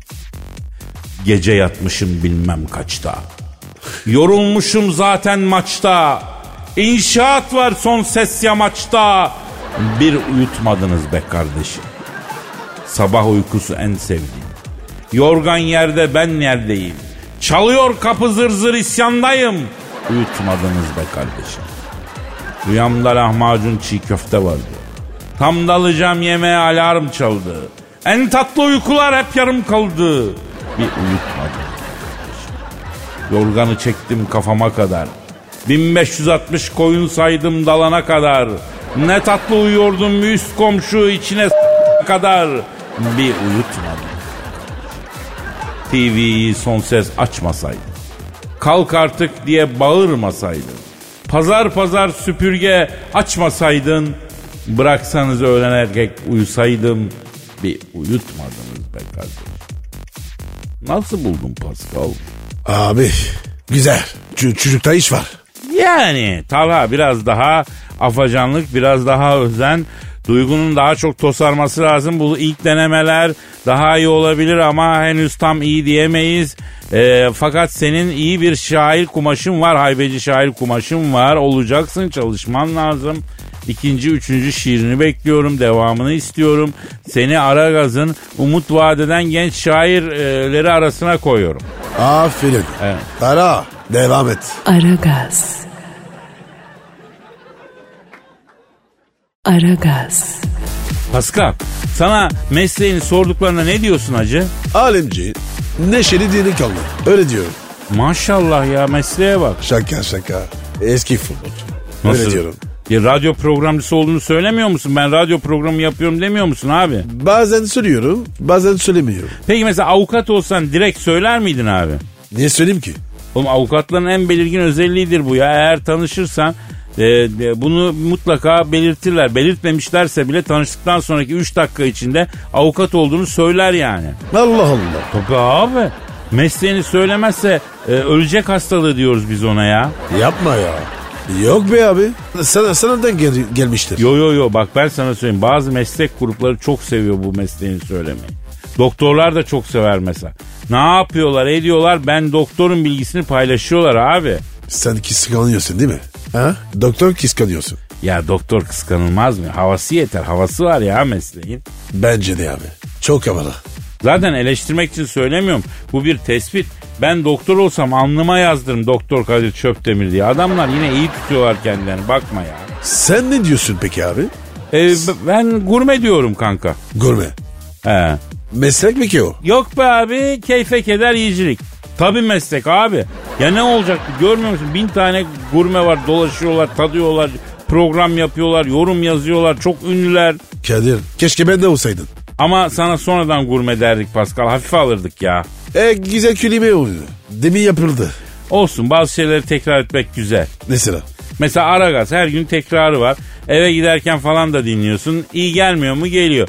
B: Gece yatmışım bilmem kaçta. Yorulmuşum zaten maçta. İnşaat var son ses yamaçta. Bir uyutmadınız be kardeşim. Sabah uykusu en sevdiğim. Yorgan yerde ben neredeyim? Çalıyor kapı zır zır isyandayım. Uyutmadınız be kardeşim. Rüyamda lahmacun çiğ köfte vardı. Tam dalacağım yemeğe alarm çaldı. En tatlı uykular hep yarım kaldı. Bir uyutmadım. Yorganı çektim kafama kadar. 1560 koyun saydım dalana kadar. Ne tatlı uyuyordum üst komşu içine s- kadar. Bir uyutmadım. TV'yi son ses açmasaydım. Kalk artık diye bağırmasaydın. Pazar pazar süpürge açmasaydın. Bıraksanız öğlen erkek uyusaydım. Bir uyutmadınız be kardeşim. Nasıl buldun Pascal?
C: Abi güzel. Ç- çocukta iş var.
B: Yani Talha biraz daha afacanlık, biraz daha özen, duygunun daha çok tosarması lazım. Bu ilk denemeler daha iyi olabilir ama henüz tam iyi diyemeyiz. Ee, fakat senin iyi bir şair kumaşın var, haybeci şair kumaşın var. Olacaksın, çalışman lazım. İkinci, üçüncü şiirini bekliyorum. Devamını istiyorum. Seni Aragaz'ın umut vadeden genç şairleri arasına koyuyorum.
C: Aferin.
B: Evet.
C: Tara devam et.
A: Aragaz. Aragaz.
B: Pascal sana mesleğini sorduklarına ne diyorsun acı?
C: Alemci neşeli dini kaldı. Öyle diyorum.
B: Maşallah ya mesleğe bak.
C: Şaka şaka. Eski futbolcu. Öyle diyorum.
B: Ya radyo programcısı olduğunu söylemiyor musun? Ben radyo programı yapıyorum demiyor musun abi?
C: Bazen söylüyorum bazen söylemiyorum.
B: Peki mesela avukat olsan direkt söyler miydin abi?
C: Niye söyleyeyim ki?
B: Oğlum avukatların en belirgin özelliğidir bu ya. Eğer tanışırsan e, e, bunu mutlaka belirtirler. Belirtmemişlerse bile tanıştıktan sonraki 3 dakika içinde avukat olduğunu söyler yani.
C: Allah Allah.
B: Tabii abi. Mesleğini söylemezse e, ölecek hastalığı diyoruz biz ona ya.
C: Yapma ya. Yok be abi. Sana, sanadan gel, gelmiştir.
B: Yo yo yo bak ben sana söyleyeyim bazı meslek grupları çok seviyor bu mesleğini söylemeyi. Doktorlar da çok sever mesela. Ne yapıyorlar ediyorlar ben doktorun bilgisini paylaşıyorlar abi.
C: Sen kıskanıyorsun değil mi? Ha? Doktor kıskanıyorsun.
B: Ya doktor kıskanılmaz mı? Havası yeter havası var ya mesleğin.
C: Bence de abi. Çok havalı.
B: Zaten eleştirmek için söylemiyorum. Bu bir tespit. Ben doktor olsam alnıma yazdırım doktor Kadir Çöptemir diye. Adamlar yine iyi tutuyorlar kendilerini bakma ya.
C: Sen ne diyorsun peki abi?
B: Ee, b- ben gurme diyorum kanka.
C: Gurme.
B: He.
C: Meslek mi ki o?
B: Yok be abi keyfe keder yiyicilik. Tabi meslek abi. Ya ne olacak görmüyor musun? Bin tane gurme var dolaşıyorlar tadıyorlar program yapıyorlar yorum yazıyorlar çok ünlüler.
C: Kadir keşke ben de olsaydın.
B: Ama sana sonradan gurme derdik Pascal hafife alırdık ya.
C: E güzel kelime oyunu. Demin yapıldı.
B: Olsun bazı şeyleri tekrar etmek güzel.
C: Mesela.
B: Mesela Aragaz her gün tekrarı var. Eve giderken falan da dinliyorsun. İyi gelmiyor mu geliyor.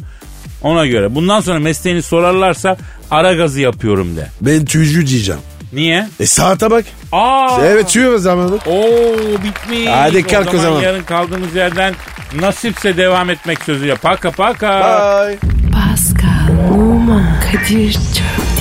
B: Ona göre. Bundan sonra mesleğini sorarlarsa Aragaz'ı yapıyorum de.
C: Ben tüycü diyeceğim.
B: Niye?
C: E saate bak.
B: Aa!
C: Evet tüyü zamanı.
B: Oo bitmiş.
C: Hadi kalk o zaman.
B: Yarın kaldığımız yerden nasipse devam etmek sözüyle. Paka paka.
C: Bye.
A: Pascal, Oman, Kadir çok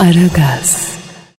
A: Aragaz.